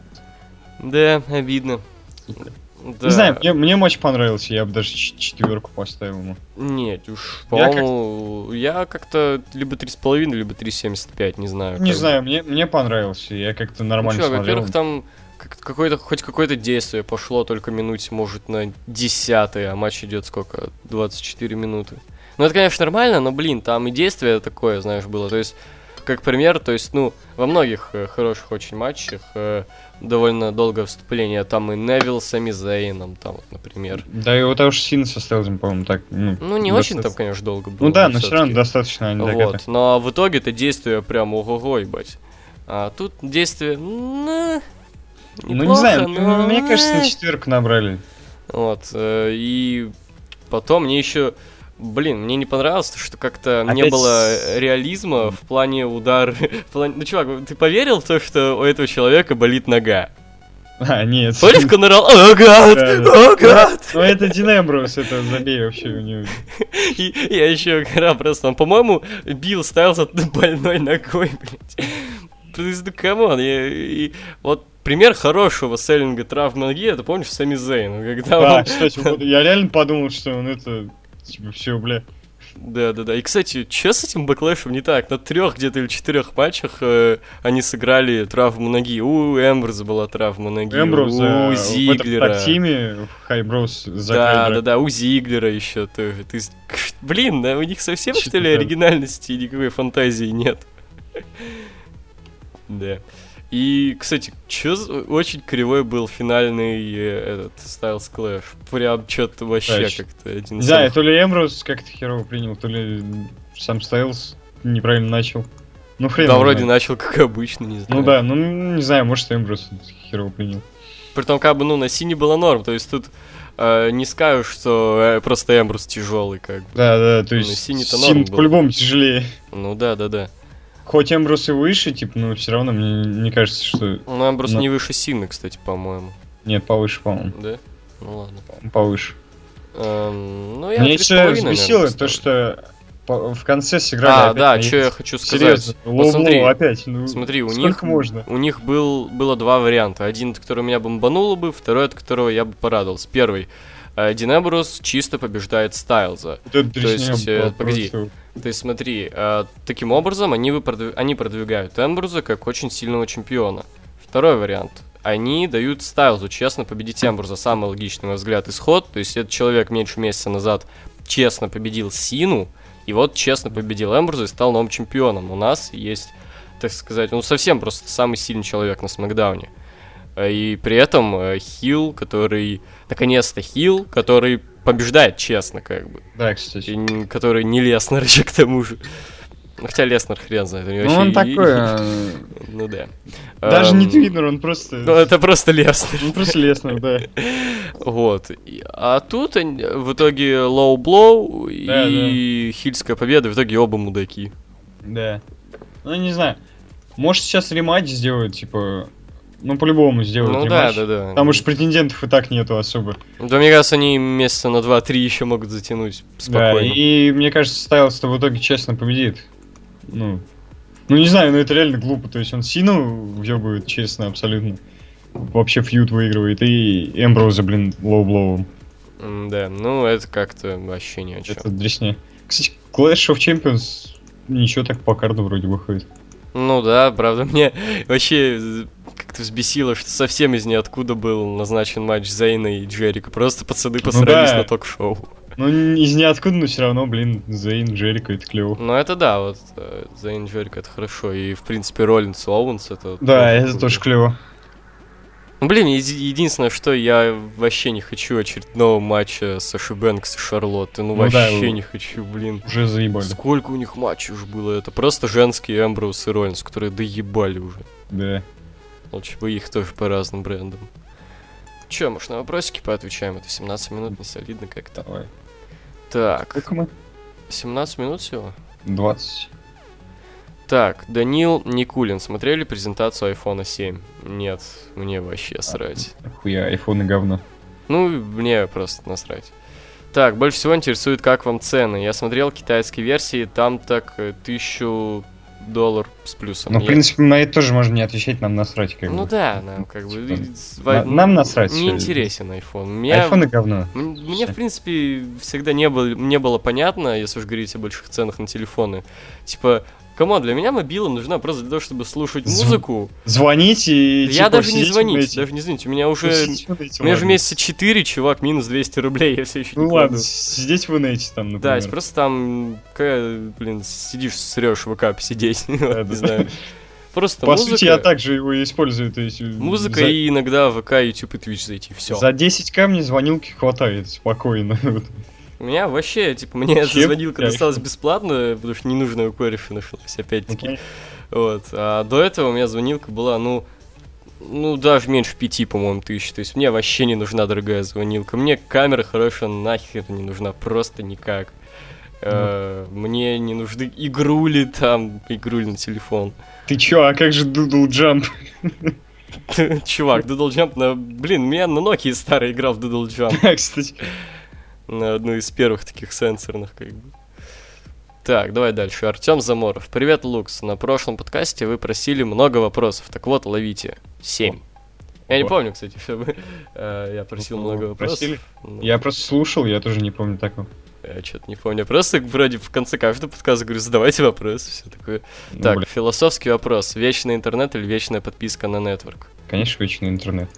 Speaker 1: Да, обидно.
Speaker 2: Сука.
Speaker 1: Да.
Speaker 2: Не знаю, мне, мне матч понравился, я бы даже ч- четверку поставил ему.
Speaker 1: Нет, уж,
Speaker 2: Я
Speaker 1: по-моему, я как-то либо 3,5, либо 3,75, не знаю.
Speaker 2: Не
Speaker 1: А как бы.
Speaker 2: знаю, мне, мне понравился, я как-то
Speaker 1: Ну
Speaker 2: нормально
Speaker 1: чё,
Speaker 2: смотрел.
Speaker 1: во-первых, там как- какое-то, хоть какое-то действие пошло только минуте, может, на десятые, а матч идет сколько? 24 минуты. Ну, это, конечно, нормально, но, блин, там и действие такое, знаешь, было. То есть, как пример, то есть, ну, во многих э, хороших очень матчах э, довольно долгое вступление. Там и Невил с Сами Зейном, там, вот, например.
Speaker 2: Да и вот того же Сина со Стелзом, по-моему, так... Ну,
Speaker 1: Ну, не очень там,
Speaker 2: достаточно-
Speaker 1: конечно, долго было.
Speaker 2: Ну да, но все
Speaker 1: всё-таки.
Speaker 2: равно достаточно они так это-
Speaker 1: Вот. Но в итоге это действие прям ого-го, ебать. А тут действие... Ну,
Speaker 2: Ну не знаю,
Speaker 1: неплохо, м-м.
Speaker 2: ну,
Speaker 1: но- э.
Speaker 2: мне кажется, на четверку набрали. *laughs*
Speaker 1: Вот. э, И потом мне еще... Блин, мне не понравилось, то, что как-то не
Speaker 2: Опять
Speaker 1: было
Speaker 2: с-
Speaker 1: реализма в плане удара. *laughs* в плане- Ну, чувак, ты поверил в то, что у этого человека болит
Speaker 2: *laughs*
Speaker 1: нога?
Speaker 2: А, нет.
Speaker 1: Помнишь, Конорал? О, гад!
Speaker 2: Да, да.
Speaker 1: О, гад!
Speaker 2: Ну это Дин Эмброуз, это забей вообще
Speaker 1: *laughs*
Speaker 2: у него.
Speaker 1: И я еще гора просто, он, по-моему, бил Стайлз от *laughs* больной ногой, блядь. То есть, ну, камон, я- и вот пример хорошего селлинга травм ноги, это, помнишь, Сами Зейн, Ну, когда
Speaker 2: А,
Speaker 1: он...
Speaker 2: кстати, вот я реально подумал, что он это... Типа, все, бля.
Speaker 1: Да, да, да. И, кстати, что с этим бэклэшем не так? На трех где-то или четырех матчах э, они сыграли травму ноги. У Эмброза была травма ноги.
Speaker 2: Эмброуза
Speaker 1: у Зиглера.
Speaker 2: В тиме Хайброуз
Speaker 1: да, да, да, у Зиглера еще. Ты, ты... *laughs* Блин, да, у них совсем,
Speaker 2: Чё-то
Speaker 1: что ли,
Speaker 2: да.
Speaker 1: оригинальности и никакой фантазии нет? *laughs* Да. И, кстати, чё за- очень кривой был финальный э, этот Styles Clash. Прям что-то вообще
Speaker 2: Короче,
Speaker 1: как-то один
Speaker 2: Не
Speaker 1: из
Speaker 2: знаю,
Speaker 1: самых-
Speaker 2: то ли Эмброуз как-то херово принял, то ли сам Стайлз неправильно начал. Ну хрен.
Speaker 1: Да
Speaker 2: его
Speaker 1: вроде
Speaker 2: знает.
Speaker 1: начал как обычно, не знаю.
Speaker 2: Ну да, ну не знаю, может Эмброуз херово принял.
Speaker 1: Притом, как бы, ну, на сине было норм. То есть тут э, не скажу, что э, просто Эмбрус тяжелый, как бы.
Speaker 2: Да, да, то
Speaker 1: Ну,
Speaker 2: есть
Speaker 1: синий-то
Speaker 2: Син
Speaker 1: норм был.
Speaker 2: по-любому тяжелее. *laughs*
Speaker 1: Ну да, да, да.
Speaker 2: Хоть Эмбрус и выше, типа, но все равно мне не кажется, что...
Speaker 1: Ну, Эмбрус
Speaker 2: Но-
Speaker 1: не выше сины, кстати, по-моему.
Speaker 2: Нет, повыше, по-моему.
Speaker 1: Да? Ну ладно.
Speaker 2: Повыше.
Speaker 1: Эм, ну, я
Speaker 2: Меня
Speaker 1: три с половиной,
Speaker 2: еще
Speaker 1: наверное,
Speaker 2: взбесило то,
Speaker 1: поставлю.
Speaker 2: что по- в конце сыграли
Speaker 1: А,
Speaker 2: опять
Speaker 1: да,
Speaker 2: на
Speaker 1: что
Speaker 2: Иве.
Speaker 1: я хочу сказать.
Speaker 2: Серьезно, лоу-лоу
Speaker 1: смотри,
Speaker 2: опять. Ну,
Speaker 1: Смотри, у
Speaker 2: сколько
Speaker 1: них,
Speaker 2: можно?
Speaker 1: у них был, было два варианта. Один, от которого меня бомбануло бы, второй, от которого я бы порадовался. Первый. э, Дин Эмбрус чисто побеждает Стайлза.
Speaker 2: Вот эта
Speaker 1: есть,
Speaker 2: дресня
Speaker 1: э,
Speaker 2: была
Speaker 1: погоди.
Speaker 2: просто-
Speaker 1: То есть смотри, э, таким образом они, бы продв- они продвигают Эмбруза как очень сильного чемпиона. Второй вариант. Они дают Стайлзу честно победить Эмбруза. Самый логичный, на мой взгляд, исход. То есть этот человек меньше месяца назад честно победил Сину, и вот честно победил Эмбруза и стал новым чемпионом. У нас есть, так сказать, ну совсем просто самый сильный человек на Смакдауне. Э, И при этом э, Хилл, который, наконец-то Хилл, который побеждает честно, как бы.
Speaker 2: Да, кстати.
Speaker 1: И н- который не Леснер *laughs* еще к тому же. Ну, Хотя Леснер хрен знает, у него
Speaker 2: Ну,
Speaker 1: вообще
Speaker 2: он
Speaker 1: и-
Speaker 2: такой... э,
Speaker 1: *laughs* Ну да.
Speaker 2: Даже
Speaker 1: Эм,
Speaker 2: не Твиннер, он просто...
Speaker 1: Ну это просто Леснер.
Speaker 2: Он просто Леснер, да.
Speaker 1: Вот. И- А тут они- в итоге лоу-блоу
Speaker 2: Да,
Speaker 1: и хильская победа, в итоге оба мудаки.
Speaker 2: Да. Ну, не знаю. Может, сейчас рематч сделают, типа... Ну, по-любому сделают
Speaker 1: Ну да,
Speaker 2: рематч.
Speaker 1: да, да.
Speaker 2: Там уж претендентов и так нету особо.
Speaker 1: Да, мне кажется, они месяца на 2-3 еще могут затянуть
Speaker 2: Да,
Speaker 1: спокойно.
Speaker 2: и мне кажется, Стайлс-то в итоге честно победит. Ну, ну не знаю, но это реально глупо. То есть он Сину въебывает, честно, абсолютно. Вообще фьют выигрывает, и Эмброуза, блин, лоу-блоу.
Speaker 1: М, Да, ну это как-то вообще ни о чем.
Speaker 2: Это дресня. Кстати, Clash of Champions ничего так по карду вроде выходит.
Speaker 1: Ну да, правда, *laughs* мне вообще э, как-то взбесило, что совсем из ниоткуда был назначен матч Зейна и Джерика. Просто пацаны посрались
Speaker 2: да.
Speaker 1: на ток-шоу.
Speaker 2: Ну, н- из ниоткуда, но все равно, блин, Зейн, Джерико, это клево.
Speaker 1: Ну это да, вот э, Зейн и Джерик это хорошо. И в принципе Роллинс Оуэнс это...
Speaker 2: Да, это
Speaker 1: круто.
Speaker 2: тоже клево.
Speaker 1: Ну блин, еди- единственное, что я вообще не хочу очередного матча Саши Бэнкс и Шарлотты. Ну,
Speaker 2: Ну да,
Speaker 1: вообще
Speaker 2: ну.
Speaker 1: не хочу, блин.
Speaker 2: Уже заебали.
Speaker 1: Сколько у них матчей уже было? Это просто женские Эмброуз и Роллинс, которые доебали уже.
Speaker 2: Да.
Speaker 1: Лучше бы их тоже по разным брендам. Че, может, на вопросики поотвечаем? Это 17 минут, не солидно как-то.
Speaker 2: Давай.
Speaker 1: Так,
Speaker 2: Сколько мы?
Speaker 1: 17 минут всего?
Speaker 2: 20.
Speaker 1: Так, Данил Никулин, смотрели презентацию iPhone 7? Нет, мне
Speaker 2: А.
Speaker 1: вообще срать.
Speaker 2: Хуя, айфоны говно.
Speaker 1: Ну, мне просто насрать. Так, больше всего интересует, как вам цены. Я смотрел китайские версии, там так э, 1000 доллар с плюсом.
Speaker 2: Ну, в
Speaker 1: Я-
Speaker 2: принципе, на это тоже можно не отвечать, нам насрать как бы.
Speaker 1: Ну да, нам как бы...
Speaker 2: Типа,
Speaker 1: и с- во-
Speaker 2: на- нам насрать
Speaker 1: Не
Speaker 2: всё.
Speaker 1: интересен iPhone. Меня-
Speaker 2: Айфоны говно.
Speaker 1: М- Мне,
Speaker 2: Всё.
Speaker 1: в принципе, всегда не было, не было понятно, если уж говорить о больших ценах на телефоны. Типа, кому для меня мобила нужна просто для того, чтобы слушать
Speaker 2: Зв-
Speaker 1: музыку.
Speaker 2: Звонить и...
Speaker 1: Я
Speaker 2: типа,
Speaker 1: даже не
Speaker 2: сидеть в
Speaker 1: звонить,
Speaker 2: интернете.
Speaker 1: даже не звонить. У меня уже...
Speaker 2: Сидеть в интернете,
Speaker 1: У меня же
Speaker 2: ладно.
Speaker 1: месяца 4, чувак, минус 200 рублей, *laughs* я все еще
Speaker 2: Ну
Speaker 1: не
Speaker 2: ладно,
Speaker 1: кладу.
Speaker 2: сидеть в инете там,
Speaker 1: Да,
Speaker 2: например.
Speaker 1: есть просто там, ка- блин, сидишь, срешь ВК посидеть, *laughs* вот, не
Speaker 2: да.
Speaker 1: знаю. Просто
Speaker 2: По сути, я
Speaker 1: музыка,
Speaker 2: также его и использую, то есть... э,
Speaker 1: музыка
Speaker 2: за-
Speaker 1: и иногда ВК, YouTube и Twitch зайти, все.
Speaker 2: За 10к мне звонилки хватает спокойно. *laughs* Вот.
Speaker 1: У меня вообще, типа, мне эта
Speaker 2: Чем
Speaker 1: звонилка
Speaker 2: я
Speaker 1: досталась бесплатно, потому что ненужная у кореша нашлась, опять-таки.
Speaker 2: Ну,
Speaker 1: Вот. А до этого у меня звонилка была, ну, ну, даже меньше пяти, по-моему, тысяч. То есть мне вообще не нужна дорогая звонилка. Мне камера хорошая нахер не нужна, просто никак. Э, Мне не нужны игрули там, игрули на телефон. *laughs*
Speaker 2: Ты чё, а как же Дудл Джамп?
Speaker 1: Чувак, Doodle Jump, на... блин, я на Nokia старый играл в Doodle Jump.
Speaker 2: Да, *laughs* кстати.
Speaker 1: на одну из первых таких сенсорных, как бы. Так, давай дальше. Артем Заморов. Привет, Лукс. На прошлом подкасте вы просили много вопросов. Так вот, ловите. Семь. Я не
Speaker 2: Ого.
Speaker 1: помню, *laughs* кстати, чтобы э, я просил много вопросов.
Speaker 2: Ну, Просили?
Speaker 1: Ну,
Speaker 2: Я просто слушал, я тоже не помню ну, такого.
Speaker 1: Я что-то не помню. Я Просто вроде в конце каждого подказа говорю, задавайте вопросы. Все такое.
Speaker 2: Ну,
Speaker 1: так,
Speaker 2: блин,
Speaker 1: философский вопрос. Вечный интернет или вечная подписка на нетворк?
Speaker 2: конечно, вечный интернет.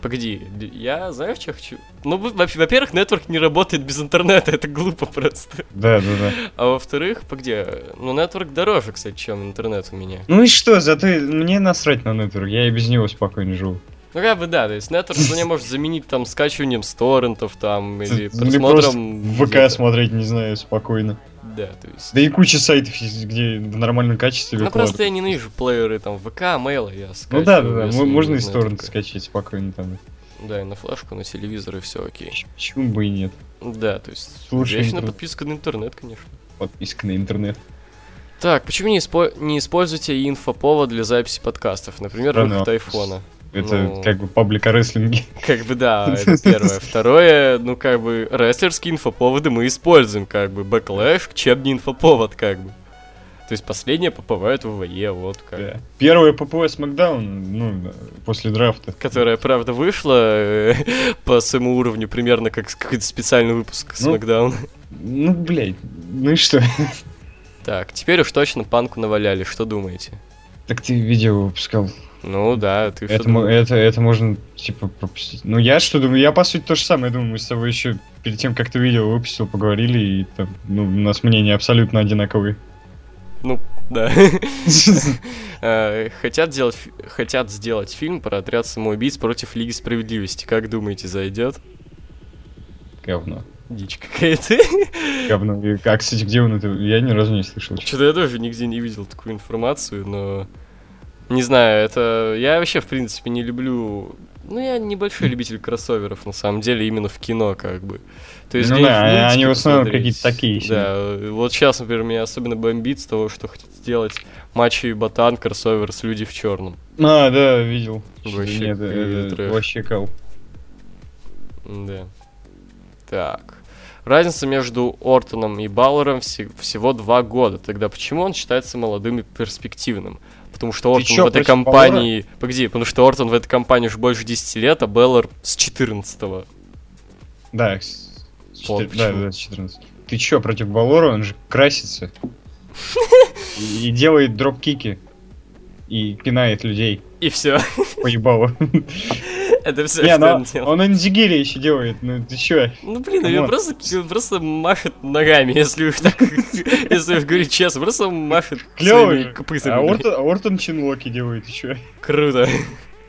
Speaker 1: Погоди, д- я знаю, что хочу. Ну, во- во-первых, нетворк не работает без интернета, это глупо просто.
Speaker 2: Да, да, да.
Speaker 1: А во-вторых, погоди, ну, нетворк дороже, кстати, чем интернет у меня.
Speaker 2: Ну и что, зато мне насрать на нетворк, я и без него спокойно живу.
Speaker 1: Ну, как бы да, то есть нетворк мне может заменить там скачиванием с торрентов
Speaker 2: *laughs*
Speaker 1: там или
Speaker 2: Или просто
Speaker 1: просмотром...
Speaker 2: в
Speaker 1: где-то.
Speaker 2: ВК смотреть, не знаю, спокойно.
Speaker 1: Да, то есть...
Speaker 2: Да и куча сайтов есть, где в нормальном качестве
Speaker 1: Ну,
Speaker 2: выкладывают.
Speaker 1: просто я ненавижу плееры там ВК, мейла я
Speaker 2: Ну
Speaker 1: скачиваю.
Speaker 2: да, да, да,
Speaker 1: если
Speaker 2: мо-
Speaker 1: мне
Speaker 2: можно и
Speaker 1: нужна
Speaker 2: сторон
Speaker 1: только-
Speaker 2: скачать спокойно там.
Speaker 1: Да, и на флешку, на телевизор, и все окей.
Speaker 2: Ч- Почему бы и нет?
Speaker 1: Да, то есть
Speaker 2: Слушай,
Speaker 1: вечная
Speaker 2: интернет.
Speaker 1: подписка на интернет, конечно.
Speaker 2: Подписка на интернет.
Speaker 1: Так, почему не, испо- не используете инфоповод для записи подкастов? Например,
Speaker 2: Странно.
Speaker 1: выход айфона.
Speaker 2: Это
Speaker 1: Ну.
Speaker 2: как бы паблик
Speaker 1: *laughs*
Speaker 2: о рестлинге.
Speaker 1: Как бы
Speaker 2: *laughs*
Speaker 1: да, это первое. Второе, ну как бы рестлерские инфоповоды мы используем, как бы. Бэклэш, чем не инфоповод, как бы. То есть последнее попывает в ВВЕ, вот как. бы.
Speaker 2: Да. Первое ППС Макдаун, ну, да, после драфта.
Speaker 1: Которая, правда, вышла э, *laughs* по своему уровню примерно как с- какой-то специальный выпуск
Speaker 2: Ну.
Speaker 1: Смакдаун. *laughs*
Speaker 2: Ну, блядь, ну и что? *laughs*
Speaker 1: Так, теперь уж точно панку наваляли, что думаете?
Speaker 2: Так ты видео выпускал.
Speaker 1: Ну да, ты что
Speaker 2: Это, мо-
Speaker 1: думаешь?
Speaker 2: это, это можно, типа, пропустить. Ну, я что думаю, я, по сути, то же самое думаю. Мы с тобой еще перед тем, как ты видео выпустил, поговорили, и там, ну, у нас мнения
Speaker 1: *laughs*
Speaker 2: абсолютно одинаковые.
Speaker 1: Да. *laughs* Э, Хотят, делать, фи- хотят сделать фильм про отряд самоубийц против Лиги Справедливости. Как думаете, зайдет?
Speaker 2: Говно.
Speaker 1: Дичь какая-то. *laughs*
Speaker 2: Говно. И, а, кстати, где он это? Я ни разу не слышал.
Speaker 1: Что-то я тоже нигде не видел такую информацию, но... Не знаю, это... Я вообще, в принципе, не люблю... Ну, я
Speaker 2: Хм.
Speaker 1: небольшой любитель кроссоверов, на самом деле, именно в кино, как бы. То
Speaker 2: Ну
Speaker 1: где-нибудь
Speaker 2: да,
Speaker 1: мультики
Speaker 2: они в основном
Speaker 1: посмотреть.
Speaker 2: какие-то такие себе.
Speaker 1: Да, э, вот сейчас, например, меня особенно бомбит с того, что хотят сделать матчи Батан кроссовер с Люди в черном.
Speaker 2: А, да, видел.
Speaker 1: Вообще
Speaker 2: Чё-то Нет,
Speaker 1: какой
Speaker 2: э,
Speaker 1: трэш.
Speaker 2: вообще кал.
Speaker 1: Да. Так. Разница между Ортоном и Баллером вси- всего два года. Тогда почему он считается молодым и перспективным? Потому что Ортон
Speaker 2: чё,
Speaker 1: в этой
Speaker 2: против
Speaker 1: компании... Погоди, потому что Ортон в этой компании уже больше 10 лет, а Беллар с 14-го.
Speaker 2: Да, с- с
Speaker 1: Вот
Speaker 2: четыр- да,
Speaker 1: почему.
Speaker 2: да, с 14. Ты чё, против Балора? Он же
Speaker 1: *laughs*
Speaker 2: красится. И и делает дропкики. И пинает людей.
Speaker 1: И все.
Speaker 2: Поебало.
Speaker 1: *laughs* Это все,
Speaker 2: Не,
Speaker 1: что
Speaker 2: но
Speaker 1: он делал.
Speaker 2: он Энзигири еще делает. Ну
Speaker 1: *laughs*
Speaker 2: ты чё?
Speaker 1: Ну, блин, он
Speaker 2: Камон.
Speaker 1: просто, он просто машет ногами, *laughs* если уж так... Если уж говорить честно, просто машет
Speaker 2: Клёвый
Speaker 1: своими
Speaker 2: же.
Speaker 1: копытами.
Speaker 2: А
Speaker 1: блин.
Speaker 2: Ортон, а Ортон Чинлоки делает еще.
Speaker 1: Круто.
Speaker 2: *laughs*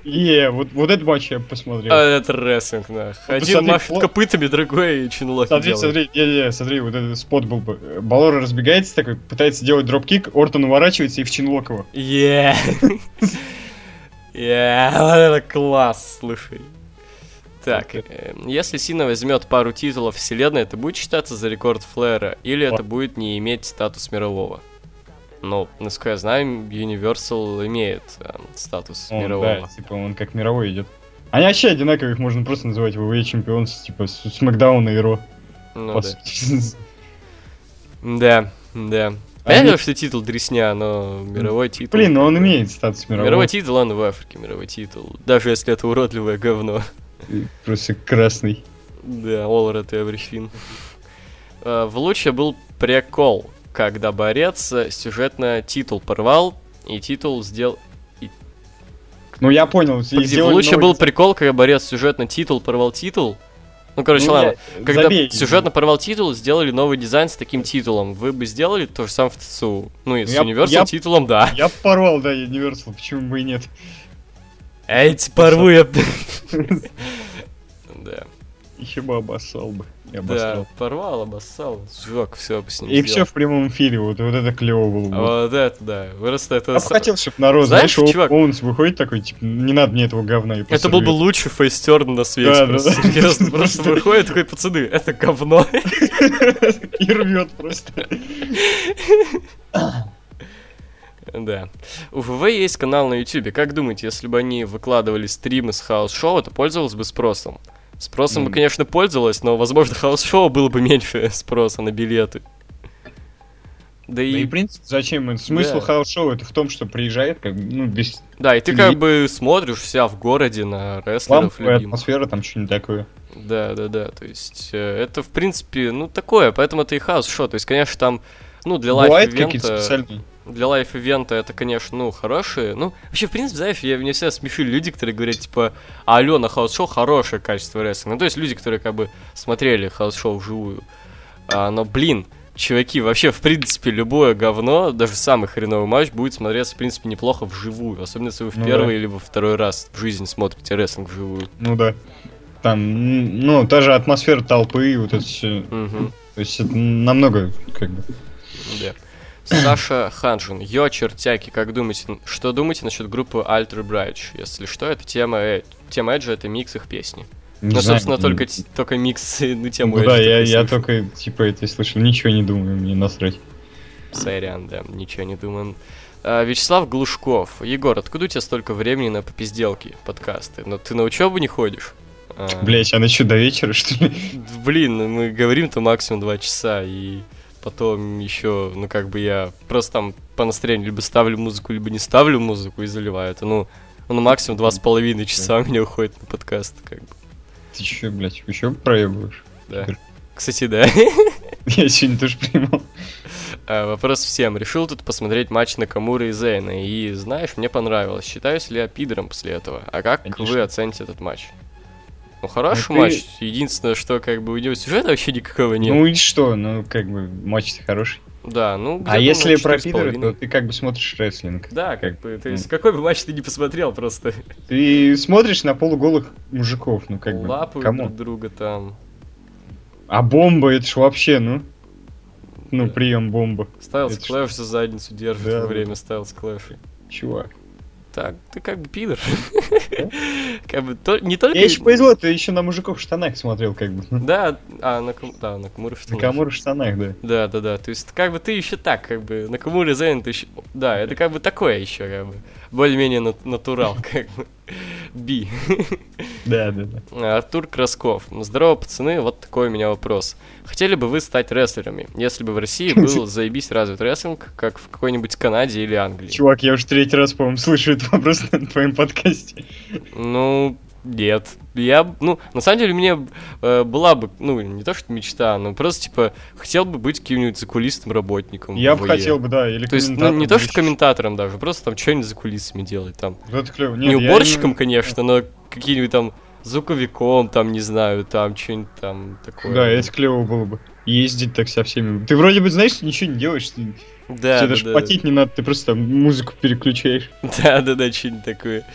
Speaker 2: Е, вот, вот этот матч я посмотрел.
Speaker 1: А, это рестлинг, да. Один
Speaker 2: Ну, посмотри,
Speaker 1: машет
Speaker 2: Фло-
Speaker 1: копытами, другой чинулок
Speaker 2: Смотри, смотри, не, не, смотри, вот этот спот был бы. Балора разбегается такой, пытается делать дропкик, Ортон уворачивается и в Чинлок его.
Speaker 1: Yeah. Yeah, *laughs* вот это класс, слушай. Так, э, если Сина возьмет пару титулов вселенной, это будет считаться за рекорд Флэра, или это будет не иметь статус мирового? Ну, насколько я знаю, Universal имеет э, статус
Speaker 2: Он, да,
Speaker 1: мирового.
Speaker 2: типа он как мировой идет. Они вообще одинаковые, их можно просто называть ВВЕ чемпион, с- типа с с Макдауна и Ро.
Speaker 1: Ну
Speaker 2: по
Speaker 1: да.
Speaker 2: сути. *laughs*
Speaker 1: Да, да.
Speaker 2: Они-
Speaker 1: Понятно, что титул дресня, но мировой титул...
Speaker 2: Блин, но он
Speaker 1: как бы-
Speaker 2: имеет статус
Speaker 1: Мировой
Speaker 2: мирового.
Speaker 1: титул, он в Африке, мировой титул. Даже если это уродливое говно.
Speaker 2: И Просто красный.
Speaker 1: Да, All Red и Everything. Э, В луче был прикол, когда борец э, сюжетно титул порвал, и титул сделал...
Speaker 2: Ну я понял. и
Speaker 1: Погоди, в
Speaker 2: сделали
Speaker 1: луче
Speaker 2: новый
Speaker 1: был
Speaker 2: дизайн.
Speaker 1: прикол, когда борец сюжетно титул порвал титул. Ну, короче,
Speaker 2: Ну,
Speaker 1: ладно.
Speaker 2: я-
Speaker 1: Когда
Speaker 2: забей.
Speaker 1: сюжетно порвал титул, сделали новый дизайн с таким титулом. Вы бы сделали то же самое в ТСУ. Ну и с
Speaker 2: Я-
Speaker 1: Universal
Speaker 2: я-
Speaker 1: титулом,
Speaker 2: *laughs*
Speaker 1: да.
Speaker 2: Я порвал, да, Universal, почему бы и нет.
Speaker 1: Эти порву я... *laughs* Да.
Speaker 2: Еще бы обоссал бы. и
Speaker 1: Да,
Speaker 2: обосрал.
Speaker 1: порвал, обоссал. Жок, все с ним
Speaker 2: И
Speaker 1: сделал.
Speaker 2: все в прямом эфире, вот, вот это клево было бы.
Speaker 1: Вот это да. Просто это...
Speaker 2: Я бы
Speaker 1: с-
Speaker 2: хотел, чтобы народ,
Speaker 1: Знаешь,
Speaker 2: знаешь, Оу-
Speaker 1: чувак-
Speaker 2: Оуэнс выходит такой, типа, не надо мне этого говна. и
Speaker 1: Это
Speaker 2: просто
Speaker 1: был бы
Speaker 2: рвёт.
Speaker 1: лучший фейстерн на свете.
Speaker 2: Да, да,
Speaker 1: просто
Speaker 2: да.
Speaker 1: серьезно. Просто выходит такой, пацаны, это говно.
Speaker 2: *laughs*
Speaker 1: *laughs*
Speaker 2: И рвет просто.
Speaker 1: Да. У ВВ есть канал на Ютубе. Как думаете, если бы они выкладывали стримы с хаос-шоу, это пользовалось бы спросом? Спросом бы,
Speaker 2: М.
Speaker 1: конечно, пользовалось, но, возможно, хаос-шоу было бы меньше *laughs* спроса на билеты. Да
Speaker 2: Да Ну и,
Speaker 1: и...
Speaker 2: в принципе, зачем это? Смысл
Speaker 1: Да.
Speaker 2: хаус-шоу это в том, что приезжает, как бы, ну, без
Speaker 1: Да, и ты
Speaker 2: и-
Speaker 1: как бы смотришь вся в городе на рестлеров
Speaker 2: ламповая
Speaker 1: любимых.
Speaker 2: атмосфера, там что-нибудь такое.
Speaker 1: Да, да, да. То есть э, это, в принципе, ну такое, поэтому это и хаос шо. То есть, конечно, там, ну, для
Speaker 2: Бывают
Speaker 1: лайф-ивента...
Speaker 2: какие-то специальные?
Speaker 1: для лайф-ивента это, конечно, ну, хорошие. Ну, вообще, в принципе, знаешь, я, меня всегда смешили люди, которые говорят, типа, Алена Хаус-шоу хорошее качество рестлинга. Ну, то есть люди, которые как бы смотрели Хаус-шоу вживую. А, но, блин, чуваки, вообще, в принципе, любое говно, даже самый хреновый матч, будет смотреться, в принципе, неплохо вживую. Особенно, если вы в
Speaker 2: Ну
Speaker 1: первый либо второй раз в жизни смотрите рестлинг вживую.
Speaker 2: Ну да. Там, м, ну, та же атмосфера толпы, вот это все.
Speaker 1: Мгм,
Speaker 2: То есть это намного, как бы.
Speaker 1: да. Саша Ханжин. Йо, чертяки, как думаете, что думаете насчет группы Alter Bridge? Если что, это тема, э, тема Эджа, это микс их песни.
Speaker 2: не
Speaker 1: Ну,
Speaker 2: знаю,
Speaker 1: собственно,
Speaker 2: м,
Speaker 1: только, т- только микс *laughs* э, на тему
Speaker 2: Ну да,
Speaker 1: Эджа
Speaker 2: я, я
Speaker 1: слышал.
Speaker 2: только, типа, это слышал, ничего не думаю, мне насрать.
Speaker 1: Сорян, да, ничего не думаем. А, Вячеслав Глушков. Егор, откуда у тебя столько времени на попизделки, подкасты? Но ты на учебу не ходишь? А,
Speaker 2: Блять, она что, до вечера, *laughs* что ли?
Speaker 1: Блин, ну мы говорим-то максимум два часа, и потом еще, ну как бы я просто там по настроению либо ставлю музыку, либо не ставлю музыку и заливаю. Это, ну, ну максимум два с половиной часа *laughs* у меня уходит на подкаст, как бы.
Speaker 2: Ты че, блять, еще проебываешь? *laughs*
Speaker 1: Да.
Speaker 2: Супер.
Speaker 1: Кстати, да. *laughs*
Speaker 2: Я сегодня тоже принимал.
Speaker 1: А, Вопрос всем. Решил тут посмотреть матч Накамура и Зейна. И знаешь, мне понравилось. Считаюсь ли я пидором после этого? А как
Speaker 2: Конечно. А
Speaker 1: вы оцените этот матч? Ну, хороший
Speaker 2: ты-
Speaker 1: матч. Единственное, что как бы у него сюжета вообще никакого нет.
Speaker 2: Ну и что, ну как бы матч-то хороший.
Speaker 1: да, ну где-то
Speaker 2: А если
Speaker 1: на
Speaker 2: про
Speaker 1: 4,5.
Speaker 2: пидора, то ты как бы смотришь рестлинг.
Speaker 1: Да, как
Speaker 2: как
Speaker 1: бы, то есть какой бы матч ты не посмотрел, просто
Speaker 2: Ты смотришь на полуголых мужиков, ну как бы,
Speaker 1: лапают
Speaker 2: кому?
Speaker 1: друг друга там,
Speaker 2: А бомба, это ж вообще, ну, ну
Speaker 1: Да.
Speaker 2: прием бомба,
Speaker 1: Стайлс
Speaker 2: Это
Speaker 1: Клэш за задницу держит
Speaker 2: Да,
Speaker 1: во
Speaker 2: да.
Speaker 1: время Стайлс Клэша.
Speaker 2: чувак.
Speaker 1: Так, ты как бы пидор. *laughs* Как бы, то- не только...
Speaker 2: Я еще повезло, ты еще на мужиков в штанах смотрел, как бы.
Speaker 1: Да, а, Накам- да, Накамура в
Speaker 2: На
Speaker 1: штанах.
Speaker 2: камуры в штанах, да.
Speaker 1: Да, да, да. То есть, как бы ты еще так, как бы, на Камуре Зейн ты еще... Да, это как бы такое еще, как бы. Более-менее нат- натурал, *laughs* как бы. Би.
Speaker 2: Да, да, да.
Speaker 1: А, Артур Красков. Здорово, пацаны, вот такой у меня вопрос. Хотели бы вы стать рестлерами, если бы в
Speaker 2: *laughs*
Speaker 1: России был заебись развит рестлинг, как в какой-нибудь Канаде или Англии?
Speaker 2: Чувак, я уже третий раз, по-моему, слышу этот вопрос на твоем подкасте.
Speaker 1: Ну, нет. Я, б- ну, на самом деле, мне э, была бы, ну, не то что мечта, но просто, типа, хотел бы быть каким-нибудь закулистым работником.
Speaker 2: Я
Speaker 1: в
Speaker 2: бы
Speaker 1: VE.
Speaker 2: хотел бы, да, или
Speaker 1: Ну, То есть, ну, не то, что комментатором даже, просто там что-нибудь за кулисами делать там. не уборщиком, конечно, но какие-нибудь там звуковиком, там, не знаю, там, что-нибудь там такое.
Speaker 2: Да, это клево было бы. Ездить так со всеми. Ты вроде бы знаешь, что ничего не делаешь, ты-
Speaker 1: да,
Speaker 2: тебе
Speaker 1: да,
Speaker 2: даже
Speaker 1: да,
Speaker 2: платить не надо, ты просто там музыку переключаешь.
Speaker 1: *laughs* Да, да, да, что-нибудь такое.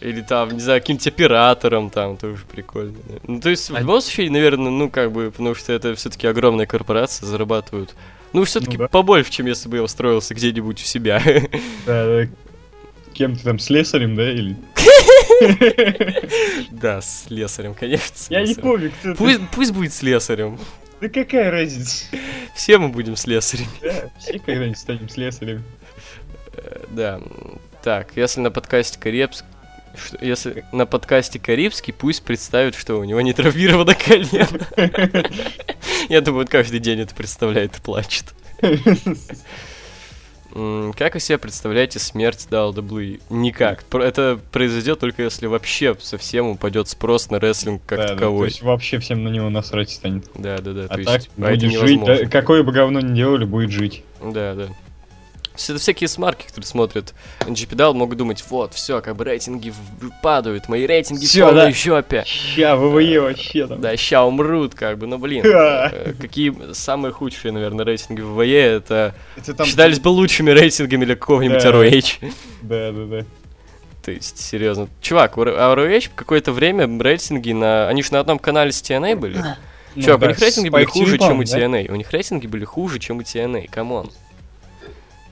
Speaker 1: Или там, не знаю, каким-нибудь оператором там, тоже прикольно. да. Ну, то есть, в
Speaker 2: А-
Speaker 1: любом случае, наверное, ну, как бы, потому что это все-таки огромная корпорация, зарабатывают. Ну, все-таки
Speaker 2: да.
Speaker 1: побольше, чем если бы я устроился где-нибудь у себя. *laughs*
Speaker 2: Да, да. Кем ты там, слесарем, да, или?
Speaker 1: Да, с лесарем, конечно. с
Speaker 2: Я не
Speaker 1: лесарем.
Speaker 2: помню, кто ты.
Speaker 1: Пусть, пусть будет с лесарем.
Speaker 2: Да какая разница?
Speaker 1: Все мы будем с лесарем.
Speaker 2: Да, все когда-нибудь станем слесарем.
Speaker 1: Э, Да. м, Так, если на подкасте Карибск... что- Если на подкасте Карибский, пусть представит, что у него не травмировано колено. Я думаю, он каждый день это представляет и плачет. М, Как вы себе представляете смерть Далдаблы? Никак. Про- Это произойдет только если вообще совсем упадет спрос на рестлинг как
Speaker 2: Да, да, То
Speaker 1: таковой.
Speaker 2: есть вообще всем на него насрать станет.
Speaker 1: Да, да, да. То
Speaker 2: А так
Speaker 1: есть а это
Speaker 2: будет жить, да,
Speaker 1: невозможно.
Speaker 2: какое бы говно ни делали, будет жить.
Speaker 1: Да, да. То есть Это всякие смарки, которые смотрят NGPDAL, могут думать, вот, все, как бы рейтинги в- падают, мои рейтинги
Speaker 2: Всё,
Speaker 1: в полной
Speaker 2: да.
Speaker 1: жопе.
Speaker 2: Ща, ВВЕ вообще там.
Speaker 1: Да, ща умрут, как бы, ну блин.
Speaker 2: Да.
Speaker 1: э, Какие самые худшие, наверное, рейтинги в ВВЕ, это
Speaker 2: Это там-
Speaker 1: считались бы лучшими рейтингами для какого-нибудь
Speaker 2: Да.
Speaker 1: ROH.
Speaker 2: Да, да, да.
Speaker 1: То есть, серьезно. Чувак, у а Р- ROH какое-то время рейтинги на... Они же на одном канале с TNA были.
Speaker 2: Ну
Speaker 1: Чувак,
Speaker 2: да,
Speaker 1: у них рейтинги
Speaker 2: Spike
Speaker 1: а были хуже,
Speaker 2: TV,
Speaker 1: чем у
Speaker 2: по-моему, да?
Speaker 1: TNA. У них рейтинги были хуже, чем у TNA, камон.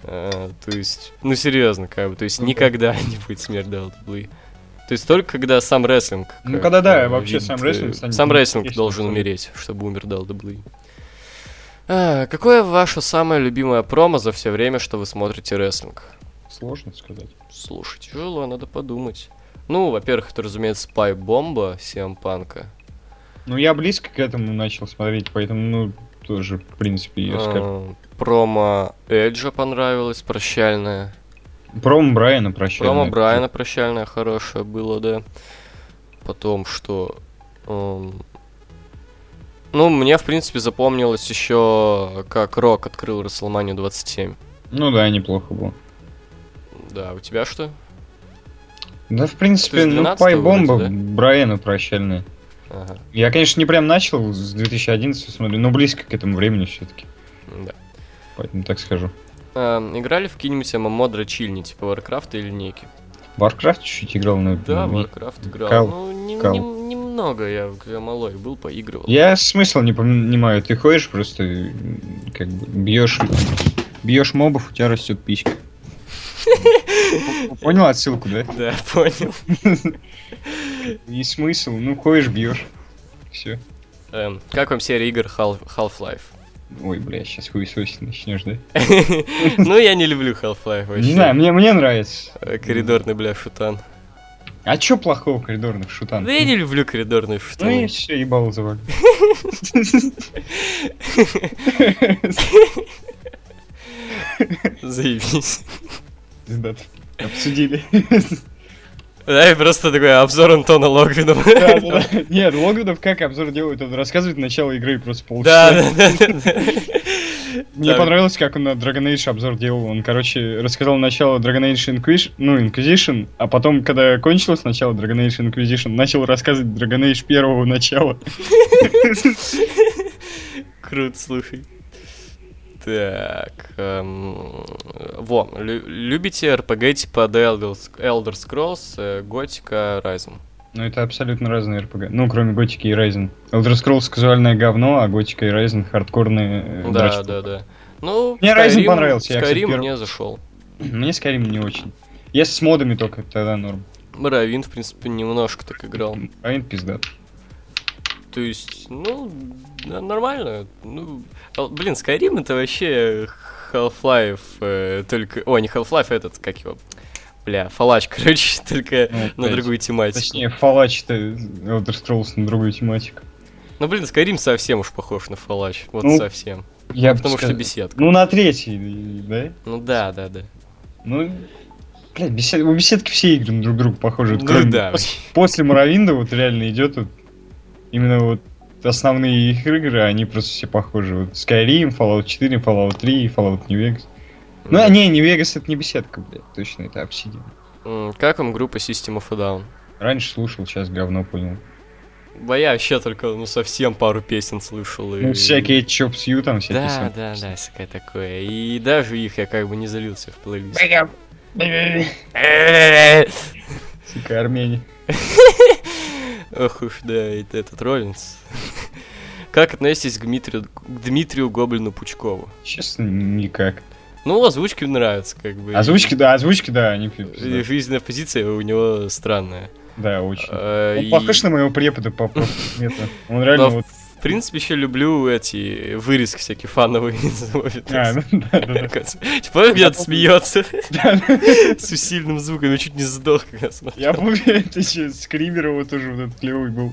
Speaker 1: Э, то есть, ну серьезно, как бы, то есть
Speaker 2: Ну да.
Speaker 1: никогда не будет смерть Далдаблы. То есть только когда сам рестлинг...
Speaker 2: Ну,
Speaker 1: как,
Speaker 2: когда, да,
Speaker 1: э,
Speaker 2: вообще сам
Speaker 1: э,
Speaker 2: рестлинг станет
Speaker 1: Сам рестлинг
Speaker 2: интересным,
Speaker 1: должен
Speaker 2: что ли.
Speaker 1: умереть, чтобы умер Далдаблы. А, какое ваше самое любимое промо за все время, что вы смотрите рестлинг?
Speaker 2: Сложно сказать.
Speaker 1: Слушай, тяжело, надо подумать. Ну, во-первых, это, разумеется, Пай Бомба Сиэм Панка.
Speaker 2: Ну, я близко к этому начал смотреть, поэтому, ну, тоже, в принципе, я скажу.
Speaker 1: Эм, Промо Эджа понравилось, прощальное. А.
Speaker 2: Промо Брайана прощай.
Speaker 1: Промо Брайана прощальное хорошее было, да. Потом что? Эм, Ну, мне, в принципе, запомнилось еще, как Рок открыл Расселманию 27.
Speaker 2: Ну да, неплохо было.
Speaker 1: Да, у тебя что?
Speaker 2: Да, в принципе,
Speaker 1: Ты с
Speaker 2: ну,
Speaker 1: 12-го
Speaker 2: пайбомба
Speaker 1: вроде,
Speaker 2: Брайану прощальная.
Speaker 1: Ага,
Speaker 2: Я, конечно, не прям начал с 2011 смотрю, но близко к этому времени все-таки.
Speaker 1: да.
Speaker 2: Поэтому так скажу.
Speaker 1: Эм, играли в какие-нибудь ММО дрочильни, типа Warcraft или Ники?
Speaker 2: Warcraft чуть-чуть играл, но...
Speaker 1: Да,
Speaker 2: не-
Speaker 1: Warcraft играл.
Speaker 2: Кал-
Speaker 1: ну, не-
Speaker 2: кал.
Speaker 1: не- немного я, когда малой был, поигрывал.
Speaker 2: Я смысл не понимаю. Ты ходишь просто, м, как бы, бьешь... Бьешь мобов, у тебя растет
Speaker 1: *laughs*
Speaker 2: писька. Понял отсылку, да?
Speaker 1: Да, *laughs* понял.
Speaker 2: И смысл, ну ходишь, бьешь. Все.
Speaker 1: Эм, как вам серия игр Half- Half-Life?
Speaker 2: Ой, бля, сейчас хуесосить начнешь, да?
Speaker 1: *laughs* Ну, я не люблю Half-Life вообще.
Speaker 2: Не знаю, ну, мне, мне нравится.
Speaker 1: Э, Коридорный, бля, шутан.
Speaker 2: А чё плохого коридорных шутан?
Speaker 1: Да я не люблю коридорный
Speaker 2: Ну и
Speaker 1: шутан.
Speaker 2: все, ебало завалил.
Speaker 1: *laughs* Заебись.
Speaker 2: Пиздато. Обсудили.
Speaker 1: Да, и просто такой обзор Антона Логвинова.
Speaker 2: Да, да, да. Нет, Логвинов как обзор делает, он рассказывает начало игры и просто
Speaker 1: Да,
Speaker 2: полчаса.
Speaker 1: да, да, да.
Speaker 2: Мне
Speaker 1: да.
Speaker 2: понравилось, как он на Dragon Age обзор делал. Он, короче, рассказал начало Dragon Age Inquis- ну, Inquisition, а потом, когда кончилось начало Dragon Age Inquisition, начал рассказывать Dragon Age первого начала.
Speaker 1: Круто, слушай. Так. эм, Во, лю- любите RPG типа The Elder Sc- Elder Scrolls, э, Готика, Horizon?
Speaker 2: Ну, это абсолютно разные RPG. Ну, кроме Готики и Ryzen. Elder Scrolls казуальное говно, а Готика и Ryzen хардкорные э,
Speaker 1: Да,
Speaker 2: дрочки.
Speaker 1: да, да. Ну,
Speaker 2: Мне Horizon
Speaker 1: Skyrim-
Speaker 2: понравился, я, кстати,
Speaker 1: Skyrim
Speaker 2: перв-
Speaker 1: мне зашел.
Speaker 2: Мне Skyrim не очень. Если с модами только, тогда норм. А
Speaker 1: Моровин, в принципе, немножко так играл.
Speaker 2: Райн пиздат.
Speaker 1: То есть, ну, н- нормально. Ну, ал- блин, Skyrim это вообще Half-Life э, только... О, не Half-Life, а этот, как его? Бля, Фалач, *laughs* короче, только
Speaker 2: Ну,
Speaker 1: на
Speaker 2: опять.
Speaker 1: другую тематику.
Speaker 2: Точнее, Fallout-то Elder Scrolls на другую тематику.
Speaker 1: Ну, блин, Skyrim совсем уж похож на Фалач. Вот
Speaker 2: Ну,
Speaker 1: совсем.
Speaker 2: Я бы
Speaker 1: Потому что
Speaker 2: сказал-
Speaker 1: беседка.
Speaker 2: Ну, на третий, да?
Speaker 1: Ну да, да, да.
Speaker 2: Ну, блядь, бесед- у беседки все игры на друг друга похожи.
Speaker 1: Ну
Speaker 2: кроме-
Speaker 1: да.
Speaker 2: пос- После Муравинда вот реально идет вот именно вот основные их игры, они просто все похожи. Вот Skyrim, Fallout 4, Fallout 3 и Fallout New Vegas. Ну, а не, New Vegas это не беседка, блядь, точно, это Obsidian.
Speaker 1: М, Как вам группа System of a Down?
Speaker 2: Раньше слушал, сейчас говно понял.
Speaker 1: Бо я вообще только, ну, совсем пару песен слышал. и-
Speaker 2: Ну, всякие Chop Sue там всякие.
Speaker 1: Да,
Speaker 2: сам-
Speaker 1: да, да, всякое такое. И даже их я как бы не залился в плейлист.
Speaker 2: Сука, Армения.
Speaker 1: Ох уж, да, это этот Роллинс. Как относитесь к Дмитрию, к Дмитрию Гоблину Пучкову?
Speaker 2: Честно, никак.
Speaker 1: Ну, озвучки нравятся, как бы.
Speaker 2: Озвучки, да, озвучки, да, они пи-
Speaker 1: И Жизненная позиция у него странная.
Speaker 2: Да, очень.
Speaker 1: А,
Speaker 2: Он
Speaker 1: и-
Speaker 2: похож на моего препода по по предмету. Он Ну, реально
Speaker 1: Но,
Speaker 2: вот...
Speaker 1: в принципе, еще люблю эти вырезки всякие фановые *laughs* из его
Speaker 2: А,
Speaker 1: видоса.
Speaker 2: ну да, да, да.
Speaker 1: Типа, где-то смеется
Speaker 2: Да,
Speaker 1: *laughs* с усиленным звуком, я чуть не сдох, когда
Speaker 2: Я
Speaker 1: смотрел.
Speaker 2: помню, *laughs* это еще скример его тоже вот этот клевый был.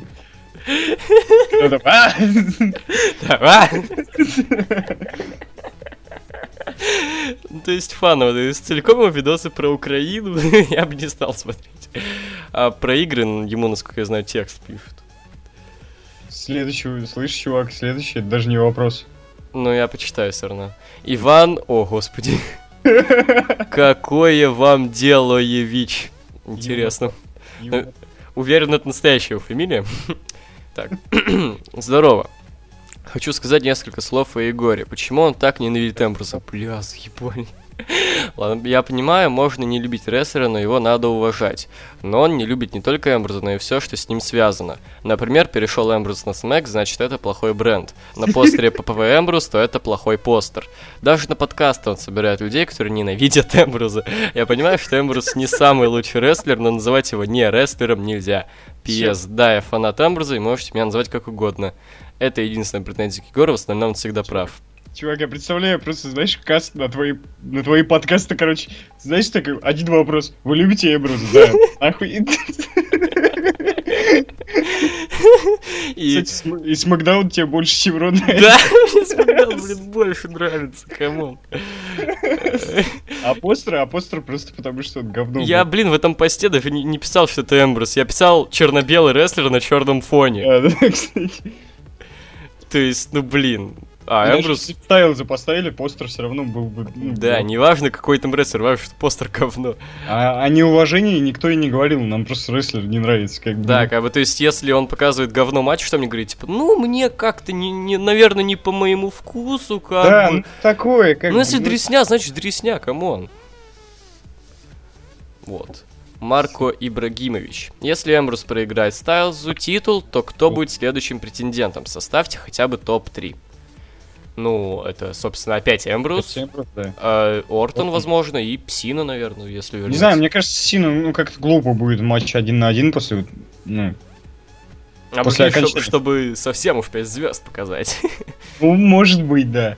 Speaker 2: Кто там, «А!»
Speaker 1: Да, а! Ну, То есть фаново, то есть целиком его видосы про Украину *laughs* я бы не стал смотреть. А про игры ну, ему, насколько я знаю, текст пишут.
Speaker 2: Следующий, слышишь, чувак, следующий, это даже не вопрос.
Speaker 1: Но я почитаю все равно. Иван, о господи. Какое вам дело, Евич? Интересно.
Speaker 2: Его-
Speaker 1: Уверен, это настоящая его фамилия. Так. *clears throat* Здорово. Хочу сказать несколько слов о Егоре. Почему он так ненавидит Эмбруса? Бля, заебали. Ладно, я понимаю, можно не любить рестлера, но его надо уважать. Но он не любит не только Эмбруса, но и все, что с ним связано. Например, перешел Эмбрус на Смэк, значит это плохой бренд. На постере ППВ Эмбрус, то это плохой постер. Даже на подкасты он собирает людей, которые ненавидят *laughs* Эмбруза. Я понимаю, что Эмбрус не самый лучший рестлер, но называть его не рестлером нельзя. Пьес, да, я фанат Эмбруза, и можете меня называть как угодно. Это единственная претензия к Егору, в остальном он всегда прав. *laughs*
Speaker 2: Чувак, я представляю, просто, знаешь, каст на твои, на твои подкасты, короче, знаешь, такой, один вопрос. Вы любите Эбруза? Да. Нахуй.
Speaker 1: И...
Speaker 2: Кстати, См- И Смакдаун тебе больше,
Speaker 1: *laughs*
Speaker 2: чем Рона.
Speaker 1: Да, мне смотрел, блин, больше нравится, камон.
Speaker 2: А постер, а постер просто потому, что он говно.
Speaker 1: Я, блин, в этом посте даже не, не писал, что это Эмбрус. Я писал черно-белый рестлер на черном фоне.
Speaker 2: А, да, кстати.
Speaker 1: То есть, ну блин. А,
Speaker 2: Даже
Speaker 1: Эмбрус...
Speaker 2: если бы Тайлза поставили, постер все равно был бы... ну,
Speaker 1: Да,
Speaker 2: ну.
Speaker 1: неважно, какой там рестлер, важно, что постер говно.
Speaker 2: А о неуважении никто и не говорил, нам просто рестлер не нравится. Как бы.
Speaker 1: Да, как бы, то есть, если он показывает говно матч, что мне говорить, типа, ну, мне как-то, не, не- наверное, не по моему вкусу, как
Speaker 2: Да,
Speaker 1: бы.
Speaker 2: ну, такое, как
Speaker 1: Ну, если
Speaker 2: бы, ну,
Speaker 1: дресня, значит дресня, камон. Вот. Марко Ибрагимович. Если Эмбрус проиграет Стайлзу титул, то кто будет следующим претендентом? Составьте хотя бы топ-3. Ну, это, собственно, опять Эмбрус,
Speaker 2: совсем просто, да.
Speaker 1: э, Ортон,
Speaker 2: Ортон.
Speaker 1: возможно, и Псина, наверное, если вернется.
Speaker 2: Не знаю, мне кажется, Сина, ну, как-то глупо будет матч один на один после, вот, ну,
Speaker 1: А
Speaker 2: после
Speaker 1: прикинь, чтоб-
Speaker 2: окончания.
Speaker 1: чтобы совсем уж 5 звезд показать.
Speaker 2: ну, может быть, да.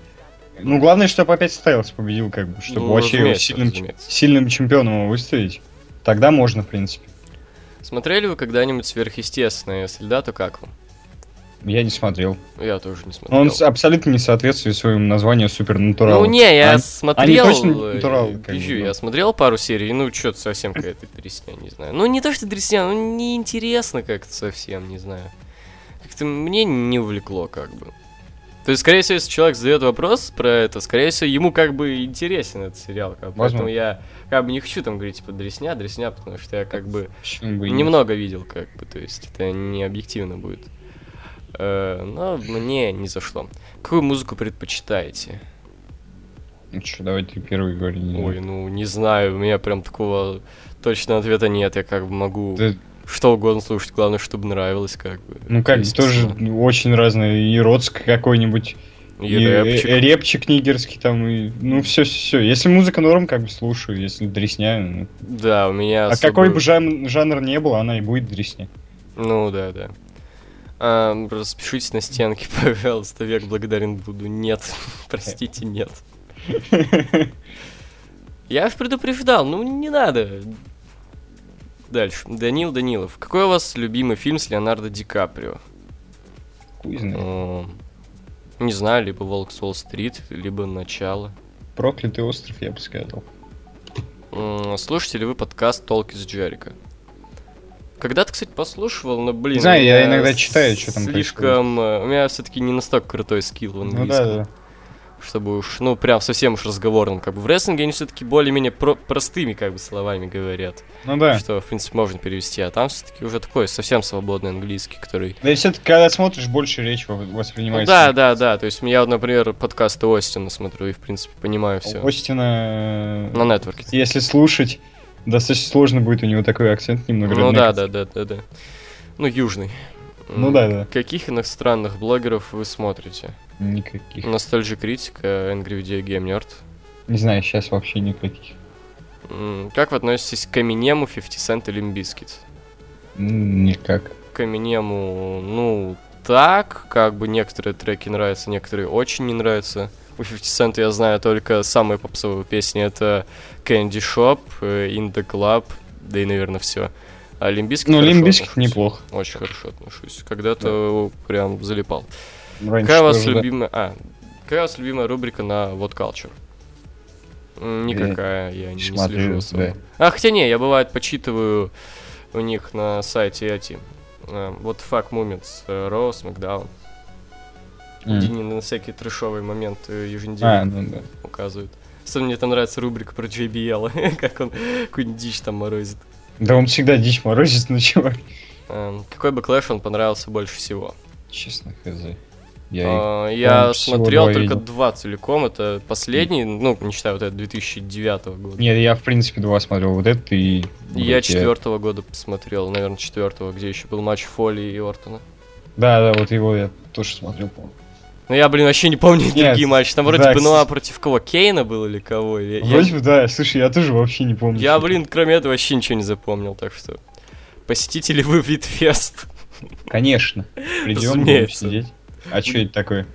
Speaker 2: Ну, главное, чтобы опять Стайлз победил, как бы, чтобы
Speaker 1: Ну,
Speaker 2: вообще его
Speaker 1: разумеется,
Speaker 2: сильным,
Speaker 1: разумеется.
Speaker 2: сильным чемпионом его выставить. Тогда можно, в принципе.
Speaker 1: Смотрели вы когда-нибудь сверхъестественное? Если да, то как вам?
Speaker 2: Я не смотрел.
Speaker 1: Я тоже не смотрел.
Speaker 2: Он с- абсолютно не соответствует своему названию Супернатурал. А
Speaker 1: Ну не, я
Speaker 2: Они-
Speaker 1: смотрел.
Speaker 2: они точно не
Speaker 1: э,
Speaker 2: натуралы, как бы,
Speaker 1: пизжу,
Speaker 2: ну.
Speaker 1: я смотрел пару серий, ну что-то совсем какая-то дресня, не знаю. Ну не то, что дресня, ну неинтересно как-то совсем, не знаю. Как-то мне не увлекло как бы. То есть, скорее всего, если человек задает вопрос про это, скорее всего, ему как бы интересен этот сериал. как бы. Поэтому
Speaker 2: Возможно.
Speaker 1: я как бы не хочу там говорить, типа, дресня, дресня, потому что я как бы
Speaker 2: Почему бы и нет?
Speaker 1: немного видел, как бы, то есть это не объективно будет. Э, Но мне не зашло. Какую музыку предпочитаете?
Speaker 2: Ну чё, давай ты первый говори. не
Speaker 1: Ой,
Speaker 2: знаю.
Speaker 1: ну не знаю, у меня прям такого точного ответа нет. Я как бы могу
Speaker 2: Ты-
Speaker 1: что угодно слушать, главное, чтобы нравилось, как бы.
Speaker 2: ну как, тоже
Speaker 1: естественно.
Speaker 2: очень разные. И Роцк какой-нибудь,
Speaker 1: И
Speaker 2: и, э,
Speaker 1: рэпчик.
Speaker 2: э, репчик нигерский там, и, ну все, все. Если музыка норм, как бы слушаю, если дресня. ну.
Speaker 1: Да, у меня.
Speaker 2: А
Speaker 1: особо-
Speaker 2: какой бы жан- жанр не был, она и будет дресня.
Speaker 1: Ну да, да. А, распишитесь на стенке, *laughs* пожалуйста, век благодарен буду. Нет, *laughs* простите,
Speaker 2: *laughs*
Speaker 1: нет. Я их предупреждал, ну не надо. Дальше. Данил Данилов. Какой у вас любимый фильм с Леонардо Ди Каприо?
Speaker 2: Хуй знает.
Speaker 1: М, Не знаю, либо Волк с Уолл-стрит, либо Начало.
Speaker 2: Проклятый остров, я бы сказал.
Speaker 1: М, Слушаете ли вы подкаст «Толки с Джерика»? Когда-то, кстати, послушивал, но, блин...
Speaker 2: Не знаю,
Speaker 1: у
Speaker 2: я
Speaker 1: меня
Speaker 2: иногда читаю, что там
Speaker 1: Слишком... э, У меня все-таки не настолько крутой скилл в
Speaker 2: Ну
Speaker 1: английском,
Speaker 2: да, да.
Speaker 1: чтобы уж, ну, прям совсем уж разговорным. Как бы в рестлинге они все-таки более-менее про- простыми, как бы, словами говорят,
Speaker 2: Ну да.
Speaker 1: что, в принципе, можно перевести. А там все-таки уже такой совсем свободный английский, который
Speaker 2: Да и все-таки, когда смотришь, больше речь во-
Speaker 1: Ну
Speaker 2: воспринимается.
Speaker 1: да, да, да. То есть я, вот, например, подкасты Остина смотрю и, в принципе, понимаю все.
Speaker 2: Остина... э,
Speaker 1: На нетворке.
Speaker 2: Если слушать, достаточно сложно будет у него такой акцент немного.
Speaker 1: Ну
Speaker 2: родной.
Speaker 1: да, да, да, да, да. Ну, южный.
Speaker 2: Ну
Speaker 1: М,
Speaker 2: да, да.
Speaker 1: Каких иностранных блогеров вы смотрите?
Speaker 2: Никаких.
Speaker 1: Nostalgia Critic, э, Angry Video Game Nerd.
Speaker 2: Не знаю, сейчас вообще никаких.
Speaker 1: М, Как вы относитесь к Эминему, 50 Cent и Лимбискет?
Speaker 2: М, Никак.
Speaker 1: К Эминему, ну, так, как бы некоторые треки нравятся, некоторые очень не нравятся. У 50 Cent я знаю только самые попсовые песни. Это Candy Shop, э, In the Club, да и, наверное, все. А Лимбискет
Speaker 2: Ну, Лимбискет неплохо.
Speaker 1: Очень хорошо отношусь. Когда-то прям залипал.
Speaker 2: Раньше
Speaker 1: Какая у вас
Speaker 2: тоже, да.
Speaker 1: любимая... А, какая у вас любимая рубрика на Вот Culture? М, Никакая, я не
Speaker 2: смотрю,
Speaker 1: слежу.
Speaker 2: да.
Speaker 1: особо. А, хотя не, я бывает почитываю у них на сайте эти... э, Вот Fuck Moments, э, Raw, SmackDown.
Speaker 2: М.
Speaker 1: Где они на всякие трешовые моменты еженедельно
Speaker 2: А, ну да.
Speaker 1: указывают. Особенно мне там нравится рубрика про JBL, *laughs* как он какую-нибудь дичь там морозит.
Speaker 2: Да он всегда дичь морозит, *laughs* ну чувак.
Speaker 1: Эм, Какой бы клэш он понравился больше всего?
Speaker 2: Честно, хз. Я
Speaker 1: А, Я
Speaker 2: там всего
Speaker 1: смотрел
Speaker 2: два
Speaker 1: только
Speaker 2: видел.
Speaker 1: два целиком. Это последний, ну, не считаю, вот это 2009 года.
Speaker 2: их- Нет, я в принципе два смотрел. Вот этот и...
Speaker 1: И я
Speaker 2: вот
Speaker 1: четвертого года посмотрел, наверное, четвертого, где еще был матч Фоли и Ортона.
Speaker 2: Да, да, вот его я тоже смотрел, по-моему.
Speaker 1: Ну я, блин, вообще не помню другие матчи. Там вроде
Speaker 2: да,
Speaker 1: бы, ну а
Speaker 2: кстати.
Speaker 1: против кого? Кейна был или кого? Я, я-
Speaker 2: Вроде бы, да, слушай, я тоже вообще не помню.
Speaker 1: я,
Speaker 2: что
Speaker 1: блин, кроме этого вообще ничего не запомнил, так что... Посетите ли вы Витфест?
Speaker 2: там. Конечно. Придем, будем
Speaker 1: Разумеется.
Speaker 2: сидеть. А что это такое?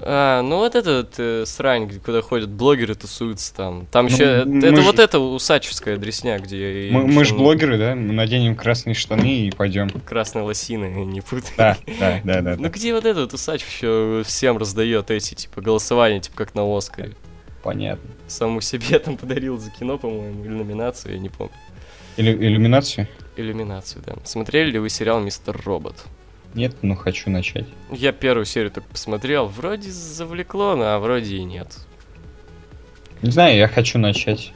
Speaker 1: А, ну вот этот э, срань, где- куда ходят блогеры, тусуются там. Там
Speaker 2: Ну,
Speaker 1: еще...
Speaker 2: мы
Speaker 1: это
Speaker 2: ж-
Speaker 1: вот это усачевская дресня, где...
Speaker 2: Мы, мы
Speaker 1: ещё
Speaker 2: же блогеры, да? Мы наденем красные штаны и пойдем.
Speaker 1: Красной лосины, *laughs* не путай.
Speaker 2: Да, да, да, да.
Speaker 1: Ну
Speaker 2: да.
Speaker 1: где вот этот усач еще всем раздает эти, типа, голосования, типа, как на Оскаре?
Speaker 2: Понятно.
Speaker 1: Саму себе *laughs* там подарил за кино, по-моему, или номинацию, я не помню.
Speaker 2: Или иллюминации?
Speaker 1: Иллюминацию, да. Смотрели ли вы сериал «Мистер Робот»?
Speaker 2: Нет, но хочу начать.
Speaker 1: Я первую серию только посмотрел, вроде завлекло, но а вроде и нет.
Speaker 2: Не знаю, я хочу начать.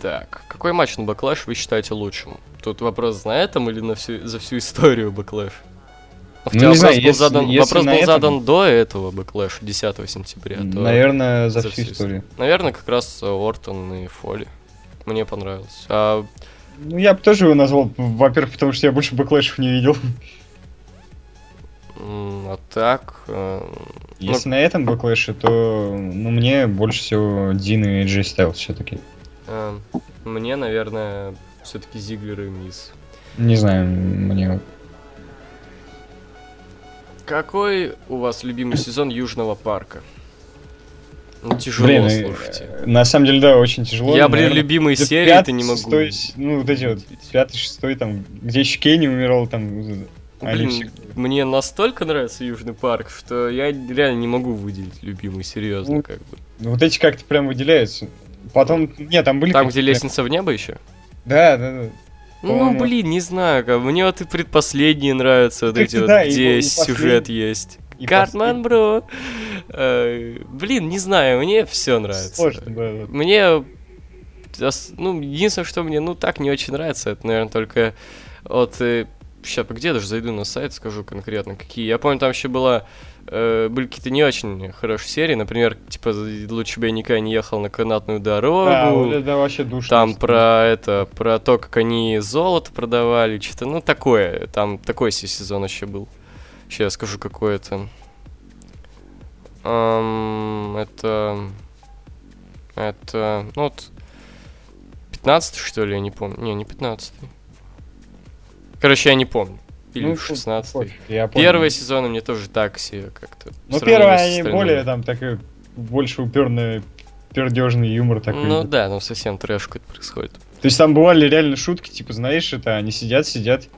Speaker 1: Так, какой матч на Баклаш вы считаете лучшим? Тут вопрос на этом или на всю, за всю историю Баклэш? Хотя
Speaker 2: Ну,
Speaker 1: вопрос
Speaker 2: не знаю,
Speaker 1: был,
Speaker 2: если-
Speaker 1: задан,
Speaker 2: если
Speaker 1: вопрос
Speaker 2: на
Speaker 1: был
Speaker 2: этом-
Speaker 1: задан до этого Бэклэш, 10 сентября. а то-
Speaker 2: Наверное, за,
Speaker 1: за
Speaker 2: всю
Speaker 1: всю
Speaker 2: историю.
Speaker 1: Наверное, как раз э, Ортон и Фоли. Мне понравилось. А,
Speaker 2: Ну, я бы тоже его назвал, во-первых, потому что я больше бэклэшев не видел.
Speaker 1: м, а так... э,
Speaker 2: Если на этом бэклэше, то ну, мне больше всего Дин и Джей Стайлз все-таки.
Speaker 1: э, мне, наверное, все-таки Зиглер и Мисс.
Speaker 2: Не знаю, мне...
Speaker 1: Какой у вас любимый сезон Южного парка? Ну, тяжело,
Speaker 2: Блин, э,
Speaker 1: слушайте.
Speaker 2: на самом деле, да, очень тяжело.
Speaker 1: Я, блин,
Speaker 2: наверное,
Speaker 1: любимые
Speaker 2: где-то
Speaker 1: серии,
Speaker 2: пятый,
Speaker 1: это не могу.
Speaker 2: шестой, ну, вот эти вот, пятый, шестой, там, где еще Кенни умирал, там...
Speaker 1: Ну, Блин,
Speaker 2: Алексей.
Speaker 1: мне настолько нравится Южный парк, что я реально не могу выделить любимый, серьезно,
Speaker 2: Ну,
Speaker 1: как бы.
Speaker 2: Ну, Вот эти как-то прям выделяются. Потом, нет, там были...
Speaker 1: Там,
Speaker 2: какие-то
Speaker 1: где лестница в небо еще?
Speaker 2: прям- Да, да, да.
Speaker 1: Ну,
Speaker 2: По-моему.
Speaker 1: блин, не знаю, как бы. мне вот и предпоследние нравятся, вот
Speaker 2: *laughs* Кстати,
Speaker 1: эти вот,
Speaker 2: да, и-
Speaker 1: где
Speaker 2: и
Speaker 1: сюжет
Speaker 2: последний-
Speaker 1: есть.
Speaker 2: И
Speaker 1: Картман, бро! Э, Блин, не знаю, мне все нравится.
Speaker 2: Сложно, да, да.
Speaker 1: Мне, ос- ну, единственное, что мне, ну, так не очень нравится, это, наверное, только от... Сейчас, где даже зайду на сайт, скажу конкретно, какие. Я помню, там еще была, э, были какие-то не очень хорошие серии, например, типа, лучше бы я никогда не ехал на канатную дорогу.
Speaker 2: Да, вот это вообще душно.
Speaker 1: Там про это, про то, как они золото продавали, что-то, ну, такое. Там такой се- сезон еще был. Сейчас я скажу, какой это. Ам, это... Это... Ну, вот... 15 что ли, я не помню. Не, не 15 Короче, я не помню. Или
Speaker 2: Ну,
Speaker 1: 16
Speaker 2: пофиг, я понял.
Speaker 1: Первые сезоны мне тоже так себе как-то.
Speaker 2: Ну,
Speaker 1: в сравнении
Speaker 2: первые,
Speaker 1: с
Speaker 2: они
Speaker 1: остальными.
Speaker 2: более там такой, больше уперный, пердежный юмор такой.
Speaker 1: Ну да, там совсем трэш какой-то происходит.
Speaker 2: То есть там бывали реально шутки, типа, знаешь, это они сидят, сидят,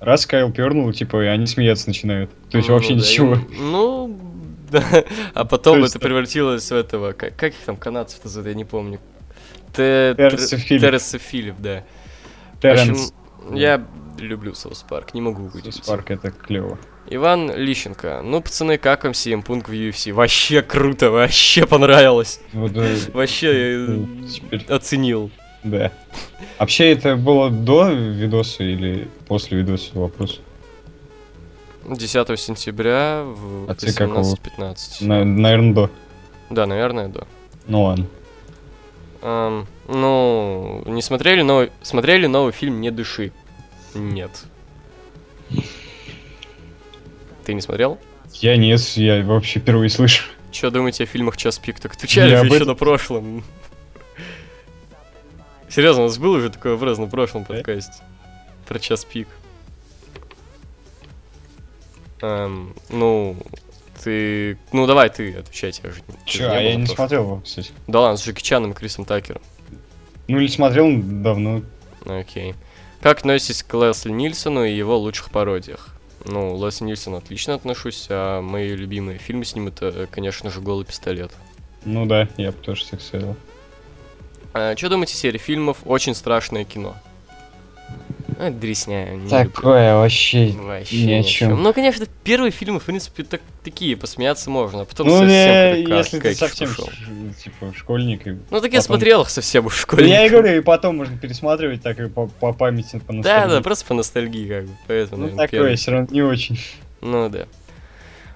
Speaker 2: раз Кайл пернул, типа, и они смеяться начинают. То есть
Speaker 1: Ну
Speaker 2: вообще
Speaker 1: да,
Speaker 2: ничего.
Speaker 1: и- Ну, *laughs* да. А потом
Speaker 2: То есть
Speaker 1: это
Speaker 2: так.
Speaker 1: превратилось в этого... Как, как их там канадцев-то зовут, я не помню. Те-
Speaker 2: Терренс и
Speaker 1: Тер-
Speaker 2: Филлип.
Speaker 1: Терренс и Филлип, да. В общем,
Speaker 2: Терренс
Speaker 1: я люблю Соус Парк, не могу
Speaker 2: Саус
Speaker 1: выделить.
Speaker 2: Парк, это клево.
Speaker 1: Иван Лищенко. Ну, пацаны, как вам CM Punk в UFC? Вообще круто, вообще понравилось.
Speaker 2: Вот, э,
Speaker 1: Вообще э,
Speaker 2: теперь,
Speaker 1: оценил.
Speaker 2: да. Вообще, это было до видоса или после видоса вопрос?
Speaker 1: 10 сентября в
Speaker 2: А ты какого?
Speaker 1: 18.15.
Speaker 2: На- наверное, до.
Speaker 1: Да, наверное, да.
Speaker 2: Ну ладно.
Speaker 1: Эм, ну, не смотрели, но смотрели новый фильм «Не дыши». Нет. Ты не смотрел?
Speaker 2: Я не, с- я вообще впервые слышу.
Speaker 1: Что думаете о фильмах «Час пик»? Так отвечали
Speaker 2: Я
Speaker 1: же
Speaker 2: об
Speaker 1: еще
Speaker 2: этом-
Speaker 1: на прошлом. Серьезно, у нас был уже такой вопрос на прошлом
Speaker 2: Да?
Speaker 1: подкасте. Про «Час пик». Эм, ну, ты... Ну, давай ты отвечай, я же... ты же
Speaker 2: Че, а
Speaker 1: был
Speaker 2: я
Speaker 1: на
Speaker 2: не
Speaker 1: прошлом.
Speaker 2: смотрел его, кстати.
Speaker 1: Да ладно, с Джеки Чаном и Крисом Такером.
Speaker 2: Ну или смотрел давно.
Speaker 1: Окей. Как относитесь к Лесли Нильсону и его лучших пародиях? Ну, Лесли Нильсон отлично отношусь, а мои любимые фильмы с ним это, э, конечно же, «Голый пистолет».
Speaker 2: Ну да, я бы тоже так сказал.
Speaker 1: А, что думаете о серии фильмов «Очень страшное кино»? А, дресня, не люблю.
Speaker 2: Такое вообще.
Speaker 1: Вообще
Speaker 2: ни о
Speaker 1: ни о
Speaker 2: чем.
Speaker 1: чем. Ну, конечно, первые фильмы, в принципе, так, такие, посмеяться можно, а потом
Speaker 2: Ну,
Speaker 1: совсем
Speaker 2: э,
Speaker 1: какой-то
Speaker 2: если ты
Speaker 1: кайф
Speaker 2: совсем
Speaker 1: пошел.
Speaker 2: ш- типа школьник. и-
Speaker 1: Ну, так я
Speaker 2: потом-
Speaker 1: смотрел их совсем уж в
Speaker 2: Да
Speaker 1: школе.
Speaker 2: Я и говорю, и потом можно пересматривать так и по, по памяти по
Speaker 1: Да, да,
Speaker 2: ностальгии.
Speaker 1: просто по ностальгии, как бы, поэтому,
Speaker 2: Ну
Speaker 1: наверное, первый.
Speaker 2: такое, все равно не очень.
Speaker 1: Ну да.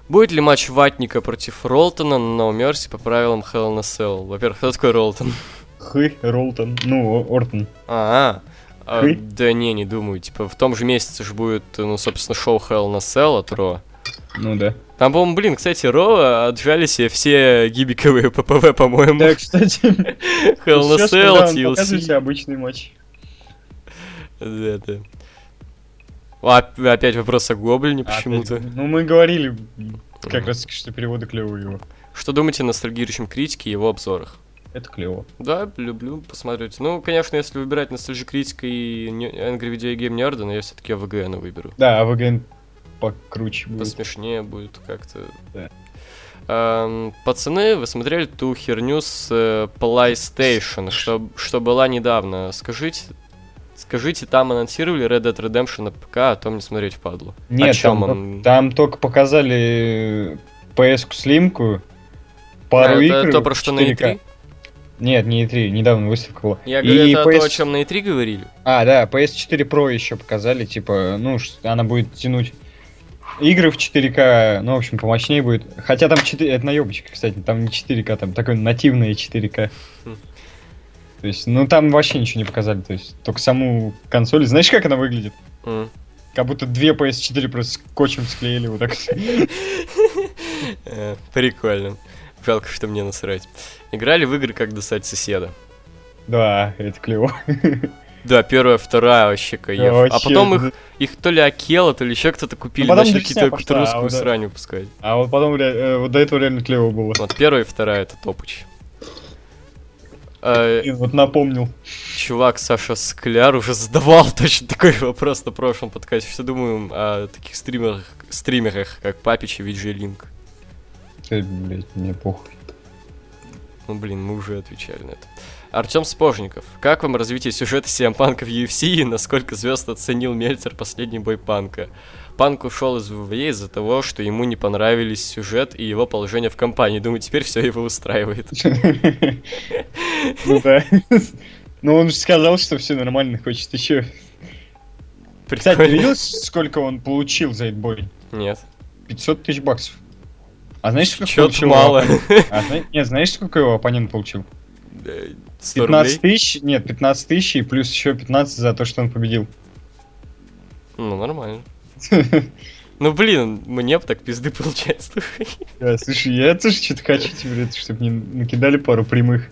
Speaker 1: Будет ли матч Ватника против Ролтона на No Mercy по правилам Hell in a Cell? Во-первых, кто такой
Speaker 2: *laughs*
Speaker 1: Ролтон?
Speaker 2: Хы, Ролтон. Ну, О- Ортон.
Speaker 1: А, а,
Speaker 2: Хы?
Speaker 1: да не, не думаю. Типа в том же месяце же будет, ну, собственно, шоу Hell in a Cell от Ро.
Speaker 2: Ну да.
Speaker 1: Там, по-моему, блин, кстати, Ро отжали себе все гибиковые ППВ, по-моему.
Speaker 2: Да, кстати.
Speaker 1: *laughs* Hell in a
Speaker 2: всё, что,
Speaker 1: Cell,
Speaker 2: да, он показывает
Speaker 1: TLC.
Speaker 2: себе обычный матч.
Speaker 1: Да, да. А, опять вопрос о Гоблине
Speaker 2: А,
Speaker 1: почему-то.
Speaker 2: опять- Ну мы говорили как раз таки, что переводы клевые его.
Speaker 1: Что думаете о ностальгирующем критике и его обзорах?
Speaker 2: Это клево.
Speaker 1: Да, люблю посмотреть. Ну, конечно, если выбирать Nostalgia Critic и не- Angry Video Game Nerd, но я все-таки АВГН выберу.
Speaker 2: Да, а ВГН покруче будет.
Speaker 1: Посмешнее будет как-то.
Speaker 2: Да.
Speaker 1: Эм, пацаны, вы смотрели ту херню с э, PlayStation, что, что была недавно? Скажите, скажите, там анонсировали Red Dead Redemption на ПК, а то мне смотреть впадло.
Speaker 2: Нет,
Speaker 1: О чем
Speaker 2: там,
Speaker 1: он?
Speaker 2: там только показали PS-ку слимку, пару
Speaker 1: Э,
Speaker 2: игр.
Speaker 1: это то, про что на
Speaker 2: 4К.
Speaker 1: E3?
Speaker 2: Нет, не E3, недавно выставка была.
Speaker 1: Я говорю,
Speaker 2: И
Speaker 1: это
Speaker 2: PS...
Speaker 1: то, о чем на E3 говорили.
Speaker 2: А, да, PS4 Pro еще показали, типа, ну, ш- она будет тянуть игры в 4К, ну, в общем, помощнее будет. Хотя там 4... Это наебочка, кстати, там не 4К, там такое нативное 4К.
Speaker 1: Хм.
Speaker 2: То есть, ну, там вообще ничего не показали, то есть, только саму консоль. Знаешь, как она выглядит?
Speaker 1: М.
Speaker 2: Как будто две PS4 просто скотчем склеили вот так.
Speaker 1: Э, *laughs* Прикольно. Жалко, что мне насрать. Играли в игры, как достать соседа.
Speaker 2: Да, это клево. *laughs*
Speaker 1: Да, первая, вторая вообще кайф. а
Speaker 2: Вообще,
Speaker 1: потом их,
Speaker 2: да.
Speaker 1: их то ли Акела, то ли еще кто-то купили,
Speaker 2: Ну, потом
Speaker 1: начали
Speaker 2: дресня
Speaker 1: какие-то какую-то
Speaker 2: пошла, а
Speaker 1: русскую
Speaker 2: вот это-
Speaker 1: срань выпускать.
Speaker 2: А вот потом, ре- э, вот до этого реально клево было.
Speaker 1: Вот первая и вторая это топыч. Э,
Speaker 2: Блин, Вот напомнил.
Speaker 1: чувак Саша Скляр уже задавал *laughs* точно такой вопрос на прошлом подкасте. Что думаем о таких стримерах, стримерах как Папич и Виджи Линк?
Speaker 2: Э, Блять, мне похуй. *laughs*
Speaker 1: Ну, блин, мы уже отвечали на это. Артем Спожников. Как вам развитие сюжета Сиампанка в UFC и насколько звезд оценил Мельцер последний бой Панка? Панк ушел из ВВЕ из-за того, что ему не понравились сюжет и его положение в компании. Думаю, теперь все его устраивает.
Speaker 2: Ну да. Ну он же сказал, что все нормально, хочет еще. *laughs* Кстати, ты
Speaker 1: Прикольно.
Speaker 2: видел, сколько он получил за этот бой?
Speaker 1: Нет.
Speaker 2: 500 тысяч баксов. А знаешь, сколько
Speaker 1: Чё-то
Speaker 2: получил его *laughs*
Speaker 1: мало.
Speaker 2: оппонент? А зна- Нет, знаешь, сколько его оппонент получил?
Speaker 1: Э, 100
Speaker 2: 15
Speaker 1: рублей?
Speaker 2: тысяч, нет, 15 тысяч и плюс еще 15 за то, что он победил. *laughs*
Speaker 1: Ну, нормально. Ну, блин, мне бы так пизды *laughs* получается.
Speaker 2: Да, слушай, я тоже что-то хочу тебе, чтобы мне накидали пару прямых.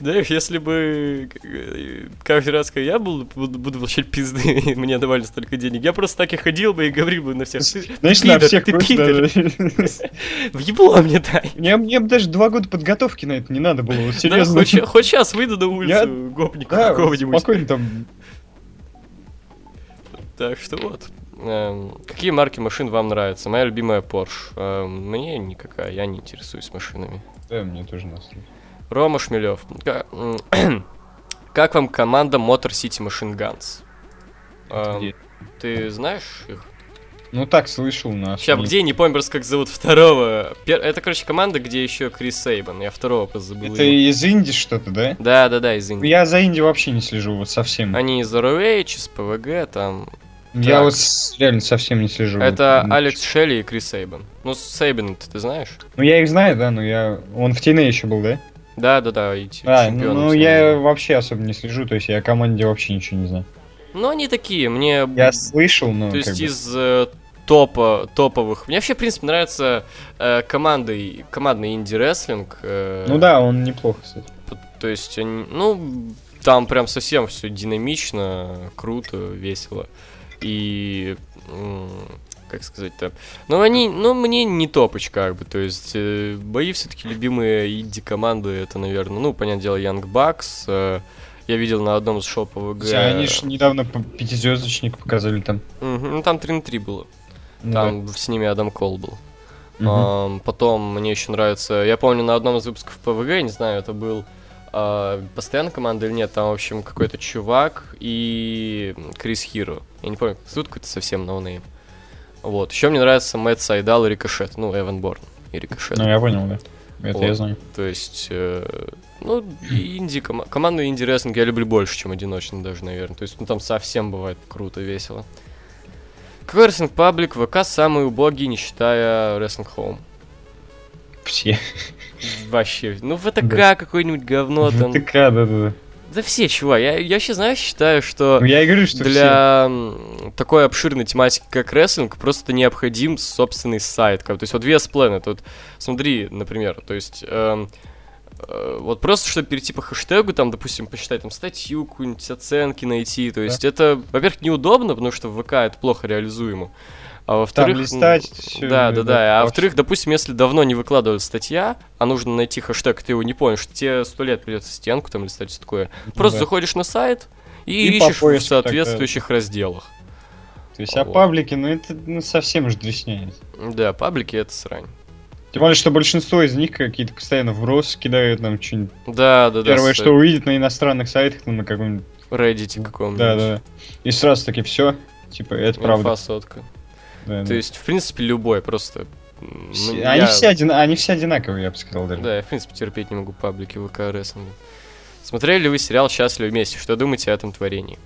Speaker 1: Знаешь, если бы э, каждый раз, когда я был, буду, буду получать пизды, *laughs* и мне давали столько денег, я просто так и ходил бы и говорил бы на всех, ты
Speaker 2: Знаешь, на
Speaker 1: пидор,
Speaker 2: всех
Speaker 1: ты
Speaker 2: просто-
Speaker 1: пидор, въебло мне дай.
Speaker 2: *laughs* Мне, мне б даже два года подготовки на это не надо было, вот
Speaker 1: Да,
Speaker 2: серьезно. *laughs*
Speaker 1: хоть, сейчас выйду на улицу
Speaker 2: Я-
Speaker 1: гопника
Speaker 2: Да,
Speaker 1: какого-нибудь.
Speaker 2: спокойно там.
Speaker 1: Так что вот. Эм, какие марки машин вам нравятся? Моя любимая Porsche. Эм, мне никакая, я не интересуюсь машинами.
Speaker 2: Да, мне тоже насрать.
Speaker 1: Рома Шмелев. Ка- м, *clears throat* Как вам команда Motor City Machine Guns? Эм,
Speaker 2: Где?
Speaker 1: ты знаешь их?
Speaker 2: Ну так слышал нас.
Speaker 1: Сейчас, где, не помню просто, как зовут второго. Пер- Это, короче, команда, где еще Крис Сейбан. Я второго просто забыл.
Speaker 2: Это
Speaker 1: его.
Speaker 2: из Индии что-то, да?
Speaker 1: Да, да, да, из Индии.
Speaker 2: Я за Индию вообще не слежу, вот совсем.
Speaker 1: Они из ROH, из ПВГ, там.
Speaker 2: Я
Speaker 1: так.
Speaker 2: вот с- реально совсем не слежу.
Speaker 1: Это
Speaker 2: Вот.
Speaker 1: Алекс Шелли и Крис Сейбан. Ну, Сейбан ты знаешь?
Speaker 2: Ну я их знаю, да, но я... Он в Тине еще был, да?
Speaker 1: Да, да, да, и ти-
Speaker 2: А,
Speaker 1: чемпионом
Speaker 2: ну
Speaker 1: всем
Speaker 2: я
Speaker 1: мира.
Speaker 2: вообще особо не слежу, то есть я о команде вообще ничего не знаю.
Speaker 1: Ну, они такие, мне...
Speaker 2: Я слышал, но
Speaker 1: То
Speaker 2: как
Speaker 1: есть
Speaker 2: бы-
Speaker 1: из э, топа, топовых. Мне вообще, в принципе, нравится э, команды, командный инди-рестлинг. э,
Speaker 2: Ну да, он неплохо, кстати.
Speaker 1: п- То есть, они- ну, там прям совсем все динамично, круто, весело. И, м, как сказать-то, ну, они, ну, мне не топочка, как бы, то есть, э, бои все-таки любимые инди-команды, это, наверное, ну, понятное дело, Young Bucks, э, я видел на одном из А шоу ПВГ.
Speaker 2: Хотя Они же недавно по- пятизвездочник показали там.
Speaker 1: Мгм, ну, там 3 на 3 было.
Speaker 2: Ну
Speaker 1: Там с ними Адам Кол был.
Speaker 2: да. Мгм.
Speaker 1: Ам, потом мне еще нравится, я помню на одном из выпусков ПВГ, я не знаю, это был а, постоянно команда или нет, там, в общем, какой-то чувак и Крис Хиро. Я не помню, тут какой-то совсем ноунейм. Вот. Еще мне нравится Мэтт Сайдал и Рикошет. Ну, Эван Борн и Рикошет.
Speaker 2: Ну я понял, да. Это
Speaker 1: Вот.
Speaker 2: я знаю.
Speaker 1: То есть, э, ну, и инди, кома- команду инди-рестлинг я люблю больше, чем одиночный даже, наверное. То есть, ну, там совсем бывает круто, весело. Какой рестлинг паблик? ВК самый убогий, не считая рестлинг хоум.
Speaker 2: Все.
Speaker 1: Вообще. Ну, ВТК
Speaker 2: Да.
Speaker 1: какое-нибудь говно
Speaker 2: *laughs*
Speaker 1: там.
Speaker 2: ВТК, да-да-да.
Speaker 1: Да все, чувак. Я, я вообще, знаешь, считаю, что
Speaker 2: Ну я и говорю, что все.
Speaker 1: для м, такой обширной тематики, как рестлинг, просто необходим собственный сайт. как бы. То есть вот вес Planet, вот смотри, например, то есть... эм, э, вот просто, чтобы перейти по хэштегу, там, допустим, посчитать там статью, какую-нибудь оценки найти, то есть это, во-первых, неудобно, потому что в ВК это плохо реализуемо, а во-вторых... м,
Speaker 2: листать всё,
Speaker 1: Да,
Speaker 2: Э, да,
Speaker 1: да, да, а
Speaker 2: вообще.
Speaker 1: во-вторых, допустим, если давно не выкладывают статья, а нужно найти хэштег, и ты его не понял, что тебе сто лет придется стенку там листать, все такое, Просто
Speaker 2: Ну, Да.
Speaker 1: заходишь на сайт и,
Speaker 2: И по
Speaker 1: ищешь в
Speaker 2: поиску
Speaker 1: соответствующих разделах.
Speaker 2: То есть, а
Speaker 1: Вот.
Speaker 2: паблики, ну это ну, совсем же дресняет.
Speaker 1: Да, паблики это срань.
Speaker 2: Тем более, что большинство из них какие-то постоянно вбросы кидают нам что-нибудь.
Speaker 1: Да, да, да.
Speaker 2: Первое,
Speaker 1: с
Speaker 2: что увидят на иностранных сайтах, на каком-нибудь...
Speaker 1: Reddit каком-нибудь.
Speaker 2: Да, да. И сразу таки все. Типа, это правда.
Speaker 1: Инфа сотка.
Speaker 2: Да, да.
Speaker 1: Ну, То есть, в принципе, любой просто... м,
Speaker 2: Все-
Speaker 1: ну,
Speaker 2: они,
Speaker 1: я-
Speaker 2: все один... они все одинаковые, я бы сказал даже.
Speaker 1: Да, я, в принципе, терпеть не могу паблики ВК рестлинга. Смотрели ли вы сериал «Счастливы вместе»? Что думаете о этом творении?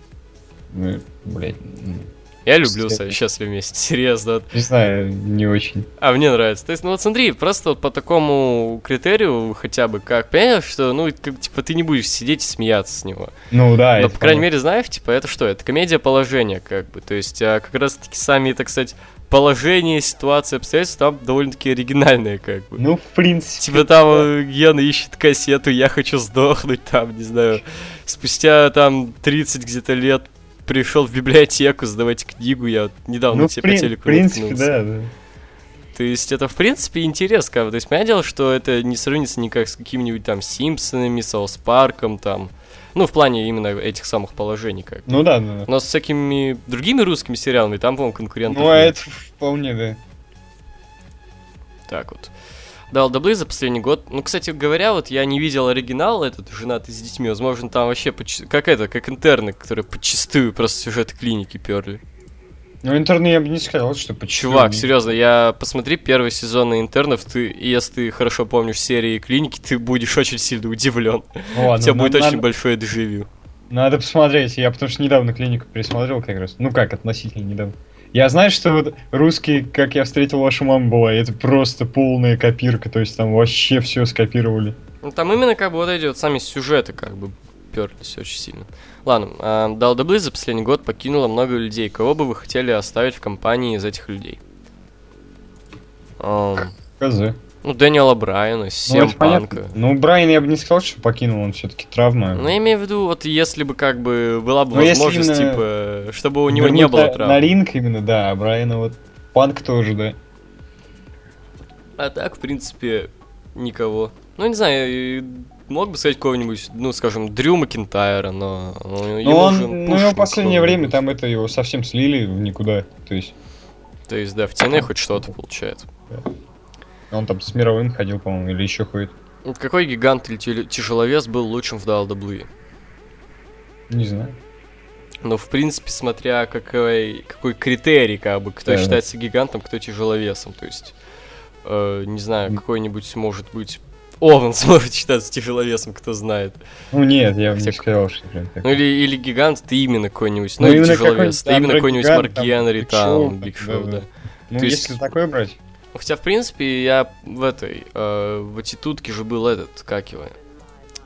Speaker 2: Ну, блядь. м,
Speaker 1: Я люблю
Speaker 2: Кстати.
Speaker 1: «Счастливы вместе», *laughs* серьезно. вот.
Speaker 2: Не знаю, не очень.
Speaker 1: А мне нравится. То есть, ну вот смотри, просто вот по такому критерию хотя бы как, понимаешь, что, ну, как, типа, ты не будешь сидеть и смеяться с него.
Speaker 2: Ну да,
Speaker 1: Но,
Speaker 2: это
Speaker 1: по крайней
Speaker 2: правда.
Speaker 1: мере, знаешь, типа, это что? Это комедия положения, как бы. То есть, а, как раз-таки сами, так сказать, положения, ситуации, обстоятельства там довольно-таки оригинальные, как бы.
Speaker 2: Ну, в принципе.
Speaker 1: Типа там э, Гена ищет кассету, я хочу сдохнуть там, не знаю. Спустя там 30 где-то лет пришел в библиотеку сдавать книгу, я вот недавно
Speaker 2: ну, в
Speaker 1: тебе
Speaker 2: прин-
Speaker 1: по телеку
Speaker 2: в принципе,
Speaker 1: наткнулся.
Speaker 2: да, да.
Speaker 1: То есть это, в принципе, интерес, как бы. То есть, понятное дело, что это не сравнится никак с какими-нибудь там Симпсонами, Саус Парком, там. Ну, в плане именно этих самых положений, как.
Speaker 2: Ну да, да. да.
Speaker 1: Но с всякими другими русскими сериалами, там, по-моему, конкурентов
Speaker 2: Ну, а
Speaker 1: нет.
Speaker 2: это вполне, да.
Speaker 1: Так вот. Да, LW за последний год. Ну, кстати говоря, вот я не видел оригинал этот «Женатый с детьми». Возможно, там вообще поч- как это, как интерны, которые подчистую просто сюжеты клиники перли.
Speaker 2: Ну, интерны я бы не сказал, что почему.
Speaker 1: Чувак, серьезно, я посмотри первый сезон интернов, ты, и если ты хорошо помнишь серии клиники, ты будешь очень сильно удивлен.
Speaker 2: Ну, ладно,
Speaker 1: У тебя будет
Speaker 2: на-
Speaker 1: очень
Speaker 2: надо-
Speaker 1: большое дежавю.
Speaker 2: Надо посмотреть, я потому что недавно клинику пересмотрел как раз. Ну как, относительно недавно. Я знаю, что вот русский, как я встретил вашу маму, была, это просто полная копирка, то есть там вообще все скопировали.
Speaker 1: Ну, там именно как бы вот эти вот сами сюжеты как бы перлись очень сильно. Ладно, а, Дал Даблы за последний год покинуло много людей. Кого бы вы хотели оставить в компании из этих людей? Ам,
Speaker 2: Козы.
Speaker 1: ну, Дэниела Брайана,
Speaker 2: Ну,
Speaker 1: Сэм
Speaker 2: это
Speaker 1: Панка.
Speaker 2: понятно. Ну, Брайан я бы не сказал, что покинул, он все-таки травма.
Speaker 1: Ну, я имею в виду, вот если бы как бы была бы
Speaker 2: Ну, если
Speaker 1: возможность,
Speaker 2: именно
Speaker 1: типа, чтобы у него не
Speaker 2: Вернуть
Speaker 1: было
Speaker 2: на, на
Speaker 1: травм.
Speaker 2: ринг именно, да, а Брайана вот Панк тоже, да.
Speaker 1: А так, в принципе, никого. Ну, не знаю, и мог бы сказать кого-нибудь, ну, скажем, Дрю Макентайра, но... Ну,
Speaker 2: Но он,
Speaker 1: же
Speaker 2: ну,
Speaker 1: пушку
Speaker 2: его в последнее
Speaker 1: какого-нибудь.
Speaker 2: время там это его совсем слили в никуда, то есть
Speaker 1: То есть, да, в тене хоть что-то получается.
Speaker 2: он там с мировым ходил, по-моему, или еще ходит.
Speaker 1: Вот Какой гигант или теле- тяжеловес был лучшим в WWE?
Speaker 2: Не знаю.
Speaker 1: Ну, в принципе, смотря какой, какой критерий, как бы, кто
Speaker 2: Да, да.
Speaker 1: считается гигантом, кто тяжеловесом. То есть, э, не знаю,
Speaker 2: М.
Speaker 1: какой-нибудь, может быть, Ованс *laughs* может считаться тяжеловесом, кто знает.
Speaker 2: Ну нет, я бы не
Speaker 1: Всяк-
Speaker 2: сказал, что прям так.
Speaker 1: Ну, или, или гигант, ты именно какой-нибудь, ну,
Speaker 2: Ну,
Speaker 1: или
Speaker 2: именно
Speaker 1: тяжеловес,
Speaker 2: какой-нибудь,
Speaker 1: ты именно
Speaker 2: Андре
Speaker 1: какой-нибудь
Speaker 2: Гигант,
Speaker 1: Марк
Speaker 2: там,
Speaker 1: Генри,
Speaker 2: Биг
Speaker 1: там,
Speaker 2: Шоу,
Speaker 1: Биг
Speaker 2: там, да,
Speaker 1: Шоу,
Speaker 2: да.
Speaker 1: да.
Speaker 2: Ну,
Speaker 1: То
Speaker 2: если
Speaker 1: есть-
Speaker 2: такое брать.
Speaker 1: Хотя, в принципе, я в этой, э, в аттитудке же был этот, как его,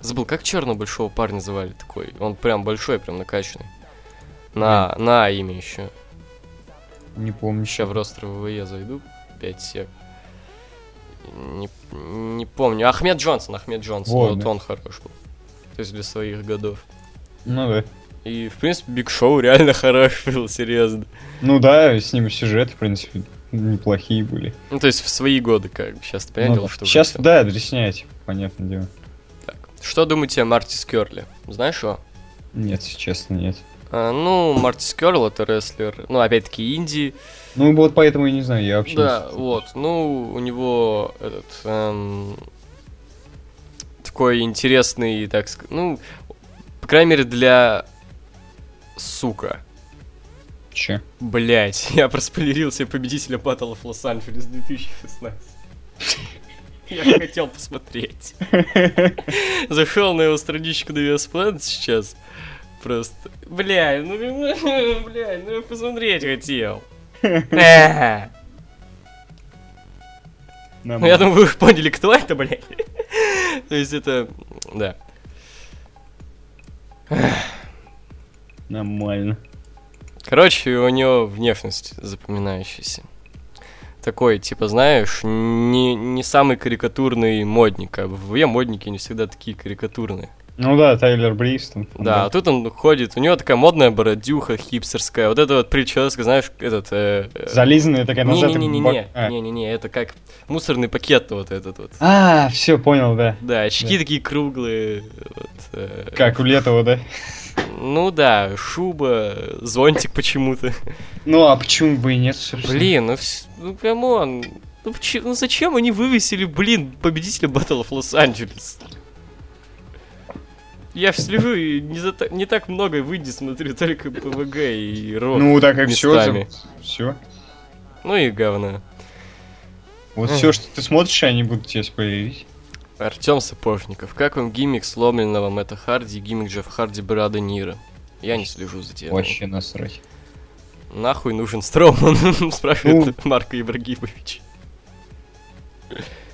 Speaker 1: забыл, как черного большого парня звали такой, он прям большой, прям накачанный. На, на имя еще.
Speaker 2: Не помню.
Speaker 1: Сейчас в ростер ВВЕ зайду, 5 сек. Не, не помню. Ахмед Джонсон, Ахмед Джонсон,
Speaker 2: Вот,
Speaker 1: вот
Speaker 2: да.
Speaker 1: он хорош был. То есть для своих годов.
Speaker 2: Ну да.
Speaker 1: И, в принципе, Биг Шоу реально *laughs* хорош был, серьезно.
Speaker 2: Ну да, с ним сюжет, в принципе, неплохие были. Ну,
Speaker 1: Ну, то есть в свои годы, как бы, сейчас ты понял, что... уже
Speaker 2: сейчас,
Speaker 1: всё.
Speaker 2: да, дресняете, понятное дело.
Speaker 1: Так. Что думаете о Марти Скерли? Знаешь его?
Speaker 2: Нет, если честно, нет.
Speaker 1: А, ну, Марти Скерл это рестлер, ну, опять-таки, Инди.
Speaker 2: Ну вот поэтому я не знаю, я вообще
Speaker 1: Да,
Speaker 2: не с-
Speaker 1: вот, ну, у него этот, эм, такой интересный, так сказать, ну, по крайней мере, для, сука,
Speaker 2: Че?
Speaker 1: блять, *laughs* я проспойлерил себе победителя Баттла в Лос-Анджелес 2016. Я хотел посмотреть. Зашел на его страничку на VSPlan сейчас. Просто. Бля, ну, *laughs* бля, ну я посмотреть хотел. Э.
Speaker 2: Нам-
Speaker 1: Ну, я думаю, вы уже поняли, кто это, блядь. *laughs* То есть это... Да.
Speaker 2: Нормально.
Speaker 1: Короче, у него внешность запоминающаяся. Такой, типа, знаешь, не, не самый карикатурный модник. Как бы. В модники не всегда такие карикатурные.
Speaker 2: Ну да, Тайлер Бриз там.
Speaker 1: Да, а тут он ходит, у него такая модная бородюха хипстерская, вот эта вот прическа, знаешь, этот... э, э,
Speaker 2: Зализанная такая назад. и бак-
Speaker 1: Не-не-не-не,
Speaker 2: а.
Speaker 1: не-не-не, это как мусорный пакет вот этот вот.
Speaker 2: А, все, понял, да.
Speaker 1: Да, очки такие круглые, вот, э,
Speaker 2: Как у Летова, да?
Speaker 1: Ну да, шуба, зонтик почему-то.
Speaker 2: Ну а почему бы и нет, собственно?
Speaker 1: Блин, ну, вс- ну камон, Ну, поч- ну зачем они вывесили, блин, победителя Battle of Los-Angeles? Я ж слежу и не, за та- не так много в Индии смотрю, только ПВГ и Рок.
Speaker 2: Ну, так и
Speaker 1: местами.
Speaker 2: все. Все.
Speaker 1: Ну и говно.
Speaker 2: Вот
Speaker 1: М.
Speaker 2: все, что ты смотришь, они будут тебе спойлерить.
Speaker 1: Артем Сапожников. Как вам гиммик сломленного Мэтта Харди и гиммик Джефф Харди Брада Нира? Я не слежу за темой.
Speaker 2: Вообще насрать.
Speaker 1: Нахуй нужен Строман, *laughs* спрашивает Марко Ибрагимович.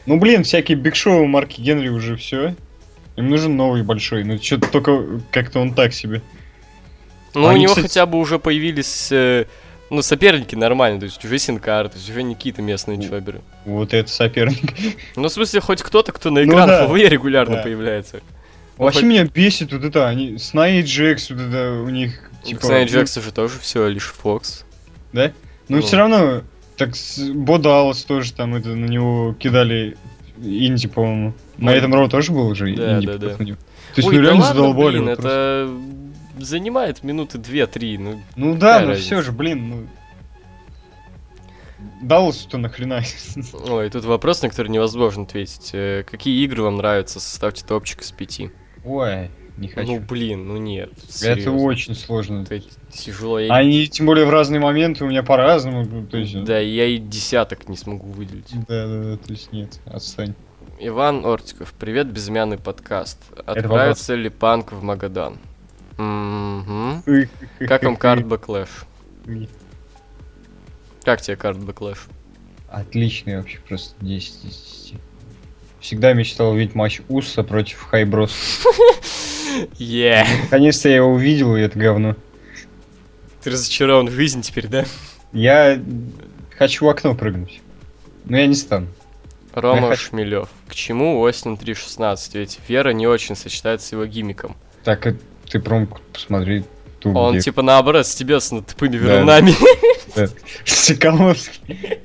Speaker 2: Ну, блин, всякие Биг Шоу марки Генри уже все. Им нужен новый большой. Ну, что-то только как-то он так себе.
Speaker 1: Ну, у
Speaker 2: Они,
Speaker 1: него
Speaker 2: кстати-
Speaker 1: хотя бы уже появились, э, ну, соперники нормальные, то есть уже Синкар, то есть уже не какие-то местные
Speaker 2: Ну,
Speaker 1: чваберы.
Speaker 2: Вот это соперник.
Speaker 1: Ну, в смысле, хоть кто-то, кто на
Speaker 2: Ну
Speaker 1: экран
Speaker 2: да.
Speaker 1: ФВ регулярно
Speaker 2: Да.
Speaker 1: появляется.
Speaker 2: Вообще
Speaker 1: Ну, хоть-
Speaker 2: меня бесит вот это, они... Сна и Джекс, вот это у них...
Speaker 1: Типа,
Speaker 2: типа,
Speaker 1: Кстати,
Speaker 2: ну,
Speaker 1: Джекс уже тоже все, лишь Фокс.
Speaker 2: Да? Ну,
Speaker 1: Ну.
Speaker 2: все равно, так с- Бо Даллас тоже там это на него кидали инди, по-моему. На
Speaker 1: Ну,
Speaker 2: этом Роу тоже был уже
Speaker 1: да,
Speaker 2: инди.
Speaker 1: да, да.
Speaker 2: против него. То есть,
Speaker 1: Ой,
Speaker 2: ну
Speaker 1: да
Speaker 2: реально
Speaker 1: ладно,
Speaker 2: задолбали.
Speaker 1: блин,
Speaker 2: вот просто.
Speaker 1: это занимает минуты 2-3, ну,
Speaker 2: Ну да,
Speaker 1: какая
Speaker 2: но
Speaker 1: разница?
Speaker 2: все же, блин, ну... Далласу-то нахрена?
Speaker 1: Ой, тут вопрос, на который невозможно ответить. Э, Какие игры вам нравятся? Составьте топчик из пяти.
Speaker 2: *laughs* Ой, не
Speaker 1: Ну,
Speaker 2: хочу.
Speaker 1: блин, ну нет.
Speaker 2: Это
Speaker 1: серьезно.
Speaker 2: очень А сложно.
Speaker 1: Это тяжело. Я-
Speaker 2: Они, тем более, в разные моменты у меня по-разному. ну, То есть,
Speaker 1: Да, я и десяток не смогу выделить.
Speaker 2: Да, да, да, то есть нет, отстань.
Speaker 1: Иван Ортиков, привет, безымянный подкаст.
Speaker 2: вопрос.
Speaker 1: Отправится ли панк в Магадан? Мгм. Как
Speaker 2: *laughs*
Speaker 1: вам карт Бэклэш? Как тебе карт Бэклэш?
Speaker 2: Отличный вообще, просто 10 из 10. Всегда мечтал увидеть матч Уса против Хайброс.
Speaker 1: Е!
Speaker 2: Наконец-то я его увидел, и это говно.
Speaker 1: Ты разочарован в жизни теперь, да?
Speaker 2: Я хочу в окно прыгнуть. Но я не стану. Я
Speaker 1: Рома
Speaker 2: хочу-
Speaker 1: Шмелев. К чему Остин 3.16? Ведь Вера не очень сочетается с его гиммиком.
Speaker 2: Так, э, ты промку посмотри. Ту,
Speaker 1: Он
Speaker 2: где-
Speaker 1: типа наоборот с тебе с тупыми
Speaker 2: Да.
Speaker 1: верунами.
Speaker 2: Соколовский.
Speaker 1: *laughs*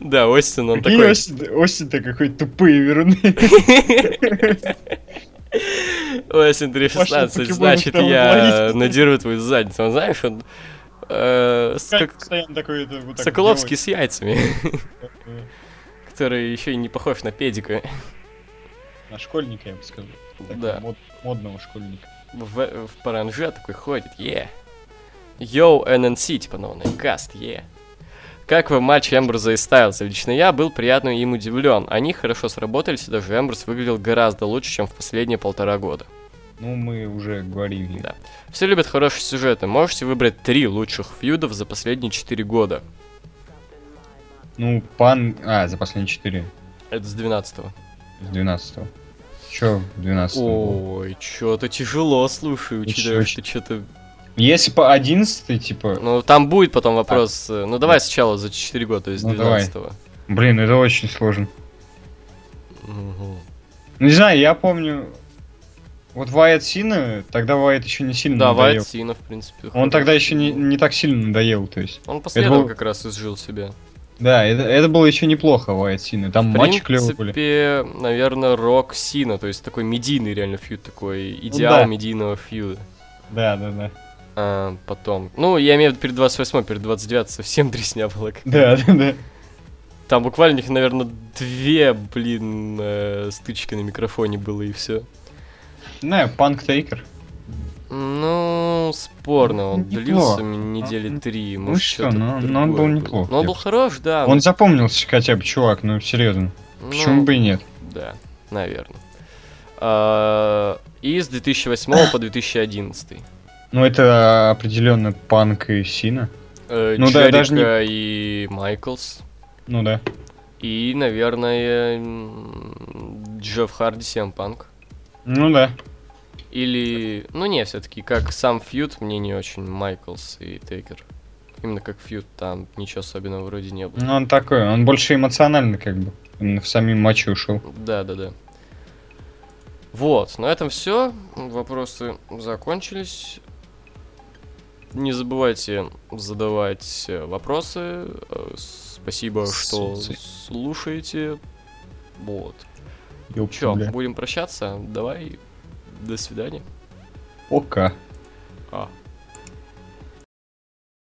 Speaker 1: Да, Остин, он
Speaker 2: Прикинь,
Speaker 1: такой.
Speaker 2: Осин- Осин-то какой
Speaker 1: *laughs*
Speaker 2: тупые верны.
Speaker 1: Остин
Speaker 2: Пошёл
Speaker 1: 316,
Speaker 2: покемоном
Speaker 1: значит,
Speaker 2: стал
Speaker 1: я
Speaker 2: ловить.
Speaker 1: надеру твою задницу. Он, знаешь, он э, с- как
Speaker 2: Постоянно такой это вот так
Speaker 1: Соколовский с яйцами,
Speaker 2: делает.
Speaker 1: *laughs* который еще и не похож на педика.
Speaker 2: На школьника, я бы сказал. Так,
Speaker 1: Да.
Speaker 2: мод- Модного школьника.
Speaker 1: В, в паранже такой ходит, е. Йоу, NNC, типа новый каст, е. Как вам матч Эмбруза и Стайлза? Лично я был приятно им удивлен. Они хорошо сработались, и даже Эмбрус выглядел гораздо лучше, чем в последние полтора года.
Speaker 2: Ну, мы уже говорили.
Speaker 1: Да. Все любят хорошие сюжеты. Можете выбрать три лучших фьюдов за последние четыре года.
Speaker 2: Ну, пан... А, за последние 4.
Speaker 1: Это с 12-го.
Speaker 2: С 12 Чё 12
Speaker 1: Ой, что-то тяжело, слушай, учитывая, что
Speaker 2: Очень-
Speaker 1: что-то...
Speaker 2: Если по 11 типа...
Speaker 1: Ну, там будет потом вопрос. э, Ну, давай сначала за 4 года, то есть с
Speaker 2: Ну, давай.
Speaker 1: 12-го.
Speaker 2: Блин, это очень сложно.
Speaker 1: Мгм.
Speaker 2: Ну, не знаю, я помню... Вот Вайт Сина, тогда Вайт еще не сильно
Speaker 1: Да,
Speaker 2: надоел.
Speaker 1: Вайт Сина, в принципе.
Speaker 2: Он
Speaker 1: хороший.
Speaker 2: тогда еще не, не так сильно надоел, то есть.
Speaker 1: Он после этого
Speaker 2: был-
Speaker 1: как раз изжил себя.
Speaker 2: Да, это, это было еще неплохо, Вайт Сина. Там
Speaker 1: В
Speaker 2: матчи клевые были.
Speaker 1: принципе, наверное, Рок Сина, то есть такой медийный реально фьюд, такой идеал
Speaker 2: да.
Speaker 1: медийного фьюда.
Speaker 2: Да, да, да.
Speaker 1: А, потом. Ну, я имею в виду перед 28 перед 29 совсем *laughs* дресня была. какая-то.
Speaker 2: Да, да, да.
Speaker 1: Там буквально у них, наверное, две, блин, э, стычки на микрофоне было и все.
Speaker 2: Не знаю, Панк Тейкер.
Speaker 1: Ну, спорно, он
Speaker 2: Неплохо.
Speaker 1: длился м- недели
Speaker 2: Ну,
Speaker 1: три.
Speaker 2: ну
Speaker 1: может,
Speaker 2: что,
Speaker 1: что-то
Speaker 2: ну, ну, он был
Speaker 1: другое
Speaker 2: неплох,
Speaker 1: Но он
Speaker 2: я
Speaker 1: был
Speaker 2: бы
Speaker 1: хорош, да.
Speaker 2: Он запомнился хотя бы, чувак, ну серьезно.
Speaker 1: А, ну,
Speaker 2: Почему бы и нет?
Speaker 1: Да, наверное. А, И с 2008 по 2011.
Speaker 2: Ну это определенно Панк и Сина.
Speaker 1: Э,
Speaker 2: Ну да, я даже не-
Speaker 1: Джерика и Майклс.
Speaker 2: Ну да.
Speaker 1: И, наверное, м, Джефф Харди, Сиэм Панк.
Speaker 2: Ну да.
Speaker 1: Или, ну не, все-таки, как сам фьюд, мне не очень Майклс и Тейкер. Именно как фьюд, там ничего особенного вроде не было.
Speaker 2: Ну он такой, он больше эмоционально как бы. Он в самим матче ушел.
Speaker 1: Да, да, да. Вот, на этом все. Вопросы закончились. Не забывайте задавать э, вопросы. Э, Спасибо, что
Speaker 2: Слушай.
Speaker 1: слушаете. Вот.
Speaker 2: Ёп,
Speaker 1: Че,
Speaker 2: бля.
Speaker 1: будем прощаться? Давай. До свидания.
Speaker 2: Пока.
Speaker 1: А,